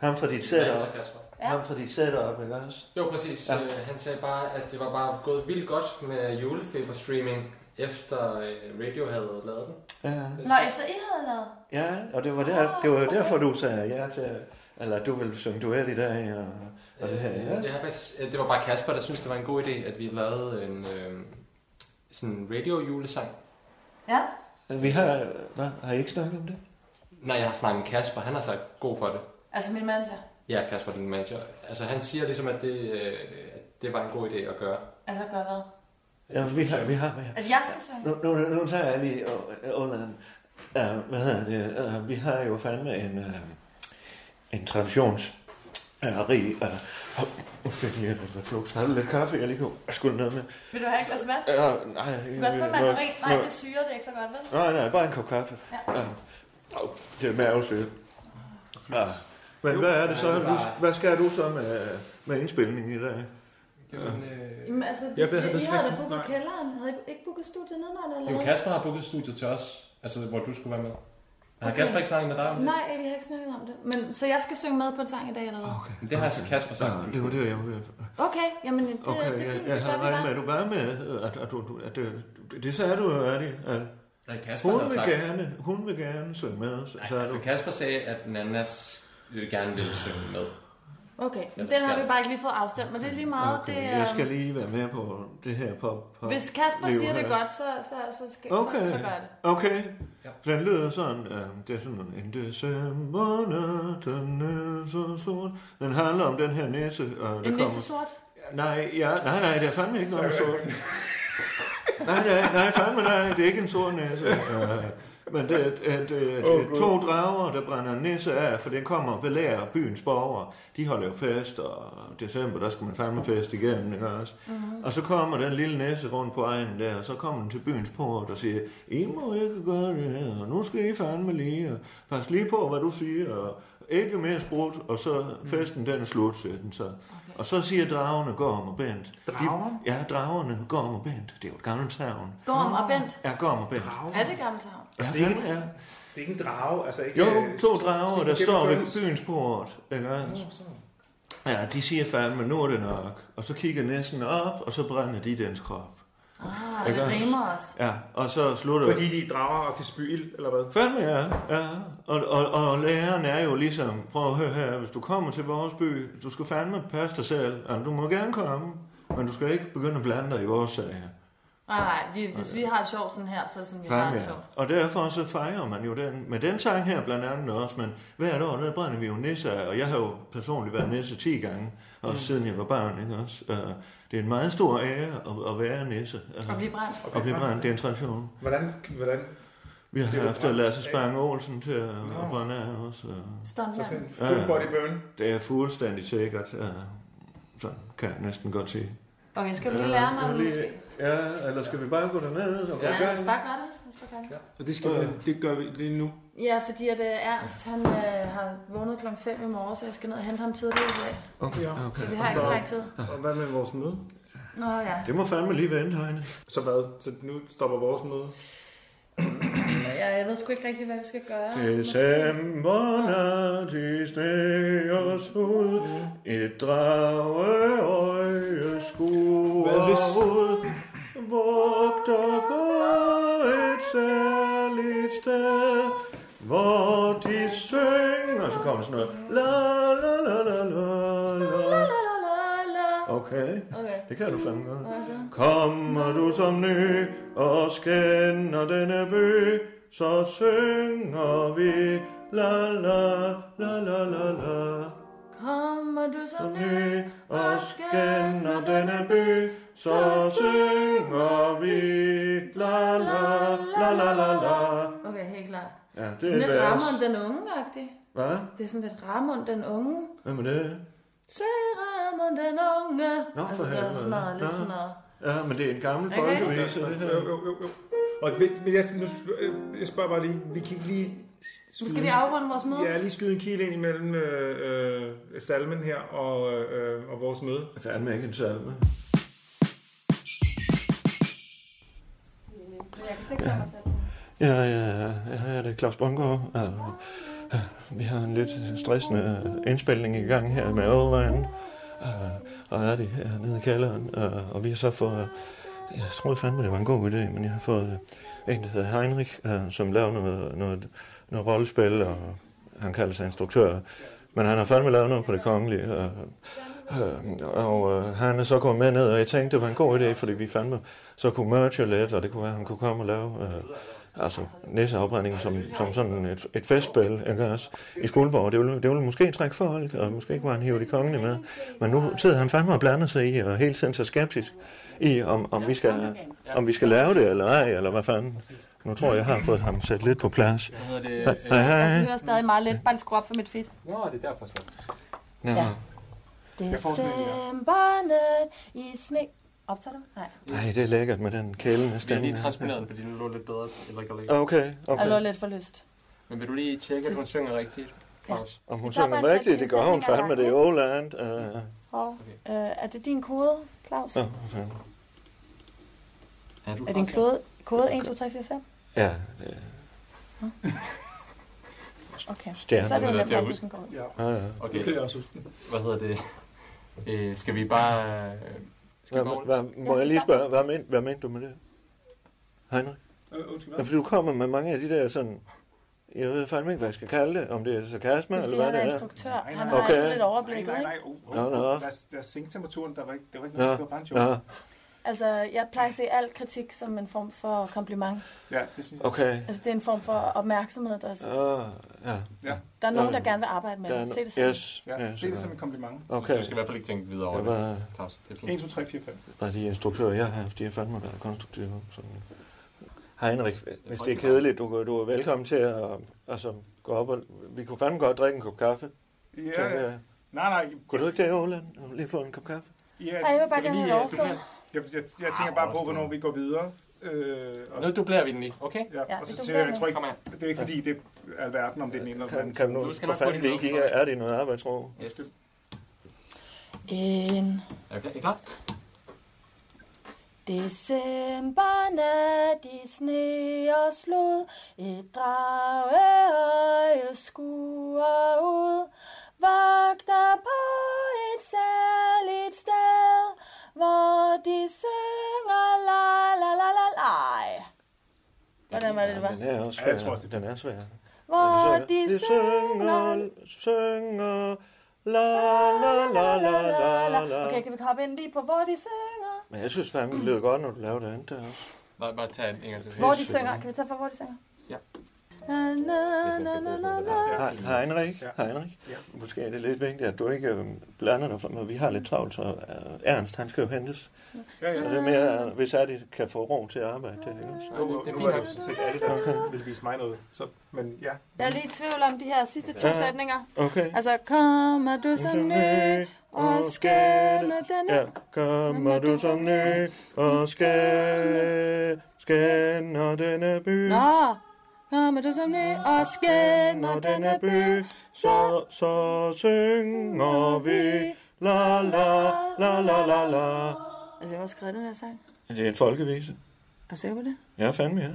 Speaker 5: Ham fra dit
Speaker 11: min
Speaker 5: setup.
Speaker 11: manager, Kasper.
Speaker 5: Ja. Ham fra dit setup, ikke også?
Speaker 11: Jo, præcis.
Speaker 5: Ja.
Speaker 11: Ja. Han sagde bare, at det var bare gået vildt godt med julefeber-streaming, efter øh, Radio havde lavet den.
Speaker 5: Ja.
Speaker 12: Nå, efter I havde lavet?
Speaker 5: Ja, og det var, der, det var jo derfor, du sagde ja til, eller at du ville synge duet i dag, og, og det her,
Speaker 11: Ja,
Speaker 5: ja.
Speaker 11: det, har faktisk, øh, det var bare Kasper, der syntes, det var en god idé, at vi lavede en øh, sådan en radio-julesang.
Speaker 12: Ja.
Speaker 11: Øh.
Speaker 5: Vi har, hvad, har I ikke snakket om det?
Speaker 11: Nej, jeg har snakket med Kasper. Han har sagt god for det.
Speaker 12: Altså min manager.
Speaker 11: Ja, Kasper, din manager. Altså, han siger ligesom, at det, øh, at det var en god idé at gøre.
Speaker 12: Altså gør hvad?
Speaker 5: Ja, vi har, vi har, vi har.
Speaker 12: At jeg skal synge?
Speaker 5: Nu, nu, nu tager jeg lige øh, under den. Uh, hvad hedder det? Uh, vi har jo fandme en, uh, en traditions uh, rig... Uh, nu fik jeg lige en reflux. Har du lidt kaffe, jeg lige kunne skulle ned med?
Speaker 12: Vil du have et glas vand?
Speaker 5: Ja, nej.
Speaker 12: Du kan også få
Speaker 5: øh,
Speaker 12: mandarin.
Speaker 5: nå,
Speaker 12: Nej, det syrer det er ikke så godt, vel?
Speaker 5: Nej, nej, bare en kop kaffe.
Speaker 12: Ja.
Speaker 5: Ja. Au, det er Ah. mavesyge. Ja. Men hvad er det så?
Speaker 11: Ja, det
Speaker 5: Du,
Speaker 11: var-
Speaker 5: hvad skal du så med, med indspilningen i dag?
Speaker 11: Jamen,
Speaker 12: Jamen, altså,
Speaker 11: Jeg ved- jeg ved
Speaker 12: I
Speaker 11: slet
Speaker 12: havde da
Speaker 11: ikke-
Speaker 12: booket
Speaker 11: nej.
Speaker 12: kælderen. Havde I ikke booket studiet nedenunder? eller
Speaker 11: Jo,
Speaker 12: hvad?
Speaker 11: Kasper har booket studiet til os, altså hvor du skulle være med. Har
Speaker 12: Okay.
Speaker 11: Kasper ikke snakket med dig om det?
Speaker 12: Nej, vi har ikke snakket om det. Men, så jeg skal synge med på en sang i dag, eller hvad? Okay,
Speaker 11: Men Det har Kasper sagt.
Speaker 5: Ja, Ah, det var det, jeg var ved.
Speaker 12: okay jamen det,
Speaker 5: Okay,
Speaker 12: det er
Speaker 5: jeg,
Speaker 12: fint.
Speaker 5: jeg
Speaker 12: det gør
Speaker 5: havde
Speaker 12: vi
Speaker 5: regnet med,
Speaker 12: bare.
Speaker 5: at du var med. At, at, du, du- at, det, det sagde du jo, Erdi. At,
Speaker 11: Nej, Kasper
Speaker 5: hun,
Speaker 11: havde
Speaker 5: vil
Speaker 11: sagt-
Speaker 5: gerne, hun vil gerne synge med, så, sagde
Speaker 11: Altså
Speaker 5: du.
Speaker 11: Kasper sagde, at Nannas øh, gerne ville synge med.
Speaker 12: Okay,
Speaker 11: Ja, det
Speaker 12: den har
Speaker 11: skal
Speaker 12: vi bare ikke lige fået afstemt, men det er lige meget.
Speaker 5: Okay,
Speaker 12: det,
Speaker 5: jeg skal
Speaker 12: øhm,
Speaker 5: lige være med på det her pop. pop
Speaker 12: Hvis Kasper
Speaker 5: liv
Speaker 12: siger det
Speaker 5: her.
Speaker 12: godt, så, så, så, skal,
Speaker 5: Okay.
Speaker 12: så, så gør jeg det.
Speaker 5: Okay. Ja. Den lyder sådan, øh, det er sådan en december, den er så sort. Den handler om den her næse. Øh, der
Speaker 12: En
Speaker 5: kommer-
Speaker 12: næse sort?
Speaker 5: Nej, ja, nej, nej, det er fandme ikke noget med
Speaker 12: Så er
Speaker 5: sort. nej, nej, nej, fandme nej, det er ikke en sort næse. Øh, men det er, det, er- det, er-
Speaker 13: Åh,
Speaker 5: det er to drager, der brænder en næse af, for den kommer og belærer byens borgere. De holder jo fest, og i december, der skal man fandme fest igennem, ikke også?
Speaker 13: Mhm.
Speaker 5: Og så kommer den lille næse rundt på egen der, og så kommer den til byens port og siger, I må ikke gøre det her, og nu skal I fandme lige, og pas lige på, hvad du siger, og ikke mere sprut, og så festen den er slut, siger den så. Okay. Og så siger dragerne Gorm og Bent. Dragerne? Ja, dragerne Gorm og Bent. Det er jo et gammelt savn.
Speaker 12: Gorm og Bent.
Speaker 5: Ja, Gorm og Bent.
Speaker 12: Er det gammel savn?
Speaker 13: Altså, det er ikke,
Speaker 5: Ja.
Speaker 13: det er ikke en drage, altså ikke...
Speaker 5: Jo, to drager,
Speaker 13: sådan
Speaker 5: der står ved
Speaker 13: gennemføres.
Speaker 5: byens port. Ikke? også?
Speaker 13: Nå, sådan.
Speaker 5: Ja, de siger fandme, nu er det nok. Og så kigger næsten op, og så brænder de dens krop.
Speaker 12: Ah,
Speaker 5: Ikke
Speaker 12: det
Speaker 5: også?
Speaker 12: rimer også.
Speaker 5: Ja, og så slutter...
Speaker 13: Fordi de er drager og kan spy ild, eller hvad?
Speaker 5: Fandme, ja. ja. Og, og, og læreren er jo ligesom, prøv at høre her, hvis du kommer til vores by, du skal fandme passe dig selv. Jamen, du må gerne komme, men du skal ikke begynde at blande dig i vores sager.
Speaker 12: Nej, nej, vi, hvis vi har det sjovt sådan her, så er det sådan, vi har
Speaker 5: Fandme,
Speaker 12: det
Speaker 5: ja.
Speaker 12: sjovt.
Speaker 5: Og derfor så fejrer man jo den, med den sang her blandt andet også, men hvert år, der brænder vi jo nisser, af, og jeg har jo personligt været nisse 10 gange, også
Speaker 13: Mm.
Speaker 5: siden jeg var barn, ikke også? Øh, det er en meget stor ære at, at være nisse. øh,
Speaker 12: Og blive brændt.
Speaker 5: Og blive brændt, det er en tradition.
Speaker 13: Hvordan, hvordan
Speaker 5: Vi har
Speaker 13: Det er jo
Speaker 5: haft
Speaker 13: brændt
Speaker 5: Lasse
Speaker 13: af.
Speaker 5: Spang Olsen til at, at brænde af også. og-
Speaker 13: Så sådan en full body burn.
Speaker 5: Det er fuldstændig sikkert. øh, Sådan kan jeg næsten godt sige.
Speaker 12: Okay, skal du lige lære mig
Speaker 5: Ja,
Speaker 12: det
Speaker 5: lige-
Speaker 12: måske?
Speaker 5: Ja, eller skal vi bare gå derned og gå
Speaker 12: Ja,
Speaker 5: i
Speaker 12: lad
Speaker 5: gang?
Speaker 12: os bare gøre det. Lad os bare gøre det.
Speaker 13: Og det, skal vi, det gør vi lige nu.
Speaker 12: Ja, fordi at øh, Ernst, han øh, har vågnet klokken 5 i morgen, så jeg skal ned og hente ham tidligere i dag.
Speaker 5: Okay,
Speaker 13: Ja.
Speaker 5: okay.
Speaker 12: Så vi har ikke så lang tid.
Speaker 13: Og hvad med vores møde?
Speaker 12: Nå ja.
Speaker 5: Det må fandme lige vente, Heine.
Speaker 13: Så hvad? Så nu stopper vores møde?
Speaker 12: Jeg, jeg ved sgu ikke rigtigt, hvad vi skal gøre.
Speaker 5: December nat i sne og skud, et drageøje
Speaker 13: Hvad
Speaker 5: skuer
Speaker 13: hvis-
Speaker 5: ud, vogter på et særligt sted, hvor de synger, og så kommer sådan noget, la la la la la la. Okay,
Speaker 12: Okay.
Speaker 5: det kan du fandme godt.
Speaker 12: Hvad så?
Speaker 5: Kommer du som ny og skænder denne by, så synger vi la la la la la la.
Speaker 12: Kom må du som ny
Speaker 14: og skænder denne by, så synger vi la la la la la la.
Speaker 12: Okay, helt klart.
Speaker 5: Ja, det er
Speaker 12: sådan lidt
Speaker 5: vers.
Speaker 12: Ramon den unge-agtig.
Speaker 5: Hvad?
Speaker 12: Det er sådan lidt Ramon den unge.
Speaker 5: Hvem er det?
Speaker 12: Se Ramon den unge.
Speaker 5: Nå, for
Speaker 12: altså, der er
Speaker 5: helvede.
Speaker 12: sådan noget, lidt
Speaker 5: Nå.
Speaker 12: sådan noget.
Speaker 5: Ja, men det er en gammel
Speaker 12: Okay.
Speaker 5: folkevise, det her.
Speaker 13: Jo, jo, jo, jo. Og vent, men jeg, nu, sp- øh, jeg spørger bare lige, vi kan ikke lige...
Speaker 12: Nu
Speaker 13: skyde-
Speaker 12: skal vi afrunde vores møde.
Speaker 13: Ja, lige skyde en kil ind imellem øh, øh, salmen her og, øh, øh, og vores møde.
Speaker 5: Jeg er fandme ikke en salme. Ja, ja, ja, her er det Claus Bungård. og, øh, Vi har en lidt stressende indspilning i gang her med Overline. Og er det her nede i kælderen. øh, Og vi har så fået... Jeg troede fandme, det var en god idé, men jeg har fået øh, en, der hedder Heinrich, øh, som laver noget, noget, noget rollespil, og han kalder sig instruktør. Men han har fandme lavet noget på det kongelige. Og, øh, og øh, han er så gået med ned, og jeg tænkte, det var en god idé, fordi vi fandme så kunne merge lidt, og det kunne være, at han kunne komme og lave øh, altså næseafbrænding som, som sådan et, et festspil, ikke også? I Skuldborg, det ville, det ville måske trække folk, og måske kunne han hive de kongelige med. Men nu sidder han fandme og blander sig i, og hele tiden så skeptisk i, om, om, vi skal, om vi skal lave det eller ej, eller hvad fanden. Nu tror jeg, jeg har fået ham sat lidt på plads.
Speaker 11: Hvad hedder det?
Speaker 5: Hej,
Speaker 12: Altså,
Speaker 5: hej.
Speaker 12: jeg hører stadig meget lidt. Bare lige skru op for mit fedt.
Speaker 11: Nå, det er derfor så.
Speaker 5: Nå. Jeg får sådan
Speaker 12: Decembernat i sne. Optager du? Nej.
Speaker 5: Nej, det er lækkert med den kælende
Speaker 11: Vi har
Speaker 5: stemme.
Speaker 11: lige transponeret den, fordi den lå lidt bedre til Eller Gallagher.
Speaker 5: Okay, okay.
Speaker 12: Jeg lå lidt for lyst.
Speaker 11: Men vil du lige tjekke, at hun synger rigtigt? Claus?
Speaker 5: Om hun
Speaker 12: Vi tager
Speaker 5: synger
Speaker 12: bare en
Speaker 5: rigtigt, det
Speaker 12: sætning-
Speaker 5: gør hun
Speaker 12: sætning ad
Speaker 5: fandme, det er Åland. Uh,
Speaker 12: Hov. Øh, er det din kode, Claus?
Speaker 5: Nå, okay.
Speaker 11: Er, du
Speaker 12: Er din kode, kode 1, 2, 3, 4, 5?
Speaker 5: Ja, det
Speaker 12: Okay.
Speaker 5: Stjerne.
Speaker 12: Så er det jo
Speaker 11: Den er
Speaker 12: nemt,
Speaker 11: til at
Speaker 12: at du
Speaker 11: huske.
Speaker 12: skal gå.
Speaker 5: Ja, ja.
Speaker 11: Okay.
Speaker 13: Nu kan jeg også huske den.
Speaker 11: Hvad hedder det? Øh, skal vi bare... øh, Skal vi
Speaker 5: Hvad, hvad,
Speaker 11: Ja,
Speaker 5: må jeg lige spørge, hvad, men, hvad mente du med det? Heinrich?
Speaker 13: Øh, undskyld,
Speaker 5: Ja, fordi du kommer med mange af de der sådan... Jeg ved fandme ikke, hvad jeg skal kalde det. Om det er sarkasme,
Speaker 12: Det er
Speaker 5: eller
Speaker 12: fordi,
Speaker 5: hvad
Speaker 12: han
Speaker 5: det
Speaker 12: er
Speaker 5: er.
Speaker 12: instruktør. Han har altså lidt overblik,
Speaker 13: Nej, nej,
Speaker 12: ikke?
Speaker 13: nej. Oh,
Speaker 5: Nå,
Speaker 13: oh,
Speaker 5: nå.
Speaker 13: oh. Lad, os, lad os sænke temperaturen. Der var ikke, det var ikke
Speaker 5: Nå,
Speaker 13: noget, det var bare en joke.
Speaker 5: nå.
Speaker 12: Altså, jeg plejer at se al kritik som en form for kompliment.
Speaker 13: Ja, det synes jeg.
Speaker 5: Okay.
Speaker 12: Altså, det er en form for opmærksomhed, der
Speaker 5: Ah, ja.
Speaker 13: Ja.
Speaker 12: Der er nogen, der gerne vil arbejde med
Speaker 5: Der er
Speaker 12: det.
Speaker 5: no-
Speaker 12: Se det sådan.
Speaker 5: Yes.
Speaker 13: Ja,
Speaker 5: yes,
Speaker 13: se det
Speaker 5: ja.
Speaker 13: som en kompliment.
Speaker 5: Okay.
Speaker 11: Du skal i hvert fald ikke tænke videre over
Speaker 5: Jeg
Speaker 11: det,
Speaker 5: var-
Speaker 11: Claus. Det er fint.
Speaker 13: 1, 2, 3, 4, 5.
Speaker 5: Og de instruktører, jeg har haft, de har fandme været konstruktive. Så... Heinrich, hvis
Speaker 11: tror
Speaker 5: det er
Speaker 11: ikke,
Speaker 5: kedeligt, du, du er velkommen til at altså, gå op og... Vi kunne fandme godt drikke en kop kaffe.
Speaker 13: Ja,
Speaker 5: tænker
Speaker 13: ja.
Speaker 5: jeg.
Speaker 13: Nej, nej.
Speaker 5: Kunne du ikke det, Åland? Lige få en kop kaffe?
Speaker 13: Ja,
Speaker 12: Ej, jeg vil bare
Speaker 13: skal vi
Speaker 12: gerne
Speaker 13: lige,
Speaker 12: have det
Speaker 13: øh,
Speaker 12: overstået.
Speaker 13: Jeg, jeg, jeg tænker bare på, hvornår vi går videre. Øh, og,
Speaker 11: Nu dublerer vi den lige, okay?
Speaker 13: ja,
Speaker 11: Ja,
Speaker 13: og
Speaker 11: vi
Speaker 13: så
Speaker 11: dublerer
Speaker 13: siger jeg, jeg
Speaker 11: den.
Speaker 13: tror ikke,
Speaker 11: Kom
Speaker 13: det er ikke fordi, det er alverden, om det er den ene eller den
Speaker 5: Kan,
Speaker 13: anden.
Speaker 5: kan nu for fanden lige give jer, er det noget arbejdsro?
Speaker 11: Yes.
Speaker 12: En
Speaker 11: Er du klar? Er I klar?
Speaker 12: decembernat i sne og slud, et drageøje skuer ud, vagter på et særligt sted, hvor de synger la la la la la. Hvordan var det, det var?
Speaker 5: Den er også
Speaker 13: Ja,
Speaker 5: svær.
Speaker 13: jeg tror også,
Speaker 5: den er svær.
Speaker 12: Hvor
Speaker 5: Den er svær.
Speaker 12: de synger
Speaker 5: synger, la la la la la
Speaker 12: Okay,
Speaker 5: la.
Speaker 12: kan vi hoppe ind lige på, hvor de synger?
Speaker 5: Men jeg synes fandme, det lyder godt, når du laver det andet der også.
Speaker 11: Bare, bare tag en gang til.
Speaker 12: Hvor de synger. Kan vi tage for, hvor de synger?
Speaker 11: Ja.
Speaker 12: Na, na, na, na, na, na.
Speaker 5: Hej, Heinrich, Heinrich. Måske er det lidt vigtigt, at du ikke øhm, blander dig, for men vi har lidt travlt, så øh, Ernst, han skal jo hentes.
Speaker 13: Ja, ja.
Speaker 5: Så det er mere, øh, hvis er det kan få ro til at arbejde, det er ikke også?
Speaker 13: Nu, nu, nu er det sådan set alle, der vil vise mig noget. Så, men ja.
Speaker 12: Jeg er lige i tvivl om de her sidste to
Speaker 13: Ja.
Speaker 12: sætninger.
Speaker 5: Okay.
Speaker 12: Altså, kommer du som ny og skænder denne...
Speaker 5: Ja, kommer du som ny og skal, skænder denne by.
Speaker 12: Nå, Ah, kommer du som ny og skænder denne by,
Speaker 5: så, så synger vi la la la la la la.
Speaker 12: Altså, jeg var skrevet den her sang.
Speaker 5: Det er en folkevise.
Speaker 12: Er du sikker på det?
Speaker 5: Ja, fandme ja.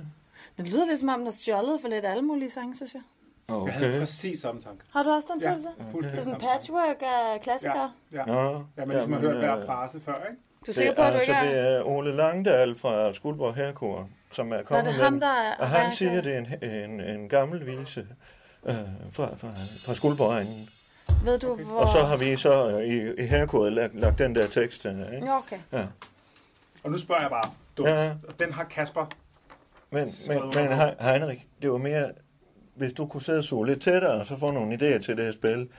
Speaker 12: Det lyder lidt som om, der er stjålet for lidt alle mulige sange, synes jeg.
Speaker 5: Okay.
Speaker 13: Jeg havde præcis samme tanke.
Speaker 12: Har du også den
Speaker 13: Ja,
Speaker 12: følelse?
Speaker 13: fuldstændig
Speaker 12: Det er sådan
Speaker 13: samme
Speaker 12: en patchwork af klassikere.
Speaker 13: Ja,
Speaker 5: Nå,
Speaker 13: ja man ligesom har
Speaker 5: jamen,
Speaker 13: hørt hver
Speaker 5: øh,
Speaker 13: frase før, ikke?
Speaker 12: Du er sikker på, at du
Speaker 5: altså,
Speaker 12: ikke er...
Speaker 5: det er Ole Langdal fra Skuldborg Herkor, som er kommet
Speaker 12: Nå, det er
Speaker 5: med
Speaker 12: ham,
Speaker 5: den.
Speaker 12: der er-
Speaker 5: Og
Speaker 12: hvad er
Speaker 5: han siger, det er en, en, en gammel vise øh, fra, fra, fra Skuldborg-egnen.
Speaker 12: Ved du, hvor...
Speaker 5: Og så har vi så øh, i, i herkodet lagt, lagt den der tekst. øh, Ikke?
Speaker 12: Ja, okay.
Speaker 5: Ja.
Speaker 13: Og nu spørger jeg bare, dumt.
Speaker 5: Ja.
Speaker 13: Og Den har Kasper.
Speaker 5: Men, men,
Speaker 13: Skrevet
Speaker 5: men
Speaker 13: under.
Speaker 5: Hein- Heinrich, det var mere, hvis du kunne sidde og suge lidt tættere, og så få nogle idéer til det her spil.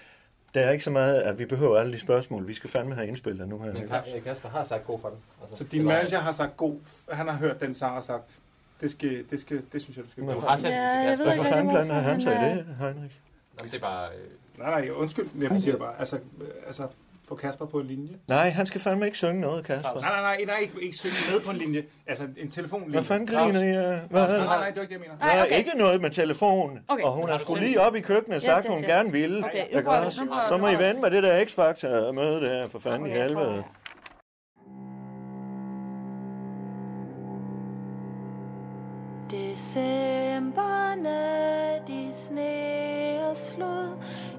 Speaker 3: Der er ikke så meget, at vi behøver alle de spørgsmål. Vi skal fandme have indspillet nu her.
Speaker 11: Men Ka- Kasper har sagt god for den. Altså,
Speaker 13: Så din
Speaker 11: eller-
Speaker 13: manager har sagt god. Han har hørt den sang og sagt, det, skal, det, skal, det synes jeg, du skal
Speaker 3: Men
Speaker 13: gøre.
Speaker 3: hvorfor- Ja, jeg ved ikke, Hvorfor fanden blander hvorfor han sig i han er- det, Heinrich?
Speaker 11: Jamen, det er bare... Øh...
Speaker 13: Nej, nej, undskyld. men Jeg siger bare, altså, øh, altså få Kasper på en linje.
Speaker 3: Nej, han skal fandme ikke synge noget,
Speaker 13: Nej,
Speaker 3: Kasper.
Speaker 13: nej, nej, nej ikke, ikke synge med på en linje. Altså en telefonlinje.
Speaker 3: Hvad fanden griner I af? Hvad?
Speaker 13: Nej, nej, nej, det var ikke det, jeg mener.
Speaker 3: Nej, okay. ikke noget med telefon. Okay. Og hun har skulle lige op i køkkenet og
Speaker 13: Yes,
Speaker 3: sagt,
Speaker 13: yes,
Speaker 3: hun
Speaker 13: yes.
Speaker 3: gerne ville.
Speaker 13: Okay, nu
Speaker 3: Ikke
Speaker 13: prøver vi-
Speaker 3: også?
Speaker 13: nu prøver vi-
Speaker 3: Så må
Speaker 13: nu
Speaker 3: I
Speaker 13: prøver vi.
Speaker 3: vende med det der X-Factor møde der, for fanden i helvede.
Speaker 10: Decembernat i sne og slud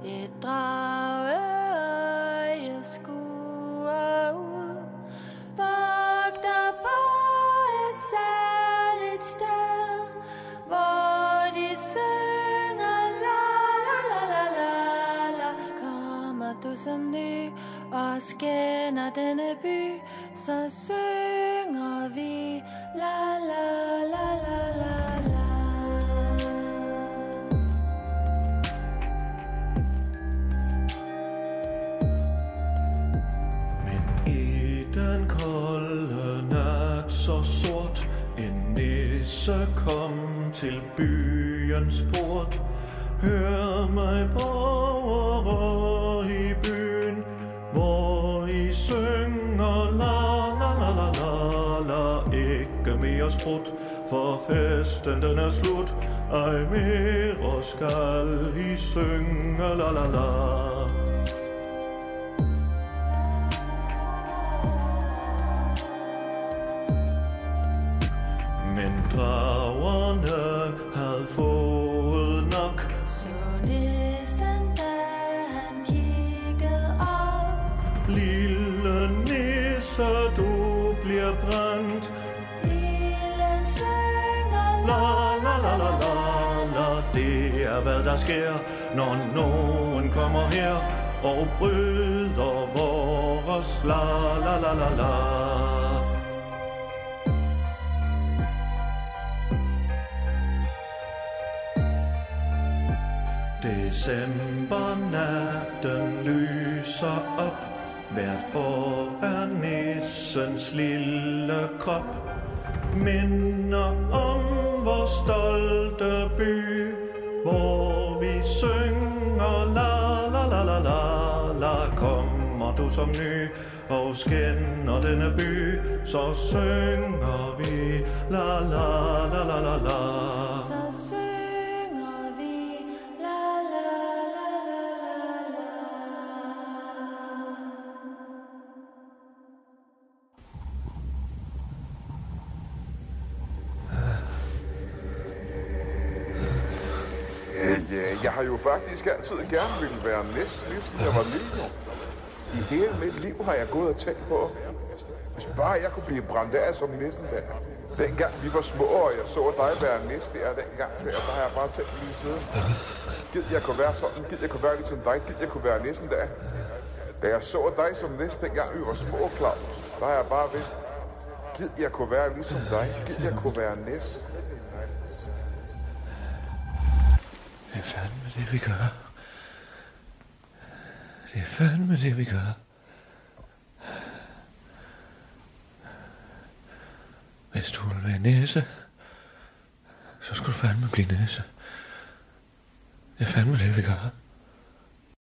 Speaker 10: Et drageøje skuer ud Vogter på et særligt sted Hvor de synger la la la la la la Kommer du som ny og skænder denne by Så synger vi la la la la la la
Speaker 5: I den kolde nat så sort En nisse kom til byens port Hør mig borgere i byen Hvor I synger la la la la la la Ikke mere sprut for festen den er slut Ej mere skal I synge la la la Men dragerne havde fået nok
Speaker 10: Så nissen, da han kiggede op
Speaker 5: Lille nisse, du bliver brændt
Speaker 10: Ilden synger
Speaker 5: La la la la la la Det er hvad der sker, når nogen kommer her Og bryder vores la la la la la Decembernatten lyser op Hvert år er nissens lille krop Minder om vores stolte by Hvor vi synger la la la la la la Kommer du som ny og skinner denne by Så synger vi la la la la la la
Speaker 10: Så synger vi la la la la la la
Speaker 15: Øh, ja, jeg har jo faktisk altid gerne ville være næst, lige siden jeg var lille. jo. I hele mit liv har jeg gået og tænkt på, hvis bare jeg kunne blive brændt af som næsten der. Dengang vi var små, og jeg så dig være næst der dengang der, der har jeg bare tænkt lige siden. Gid jeg kunne være sådan, gid jeg kunne være ligesom dig, gid jeg kunne være næsten der. Da jeg så dig som næst dengang vi var små, Claus, der har jeg bare vidst, gid jeg kunne være ligesom dig, gid jeg kunne være næst.
Speaker 5: Det er fandme det, vi gør. Det er fandme det, vi gør. Hvis du vil være næse, så skal du fandme blive næse. Det er fandme det, vi gør.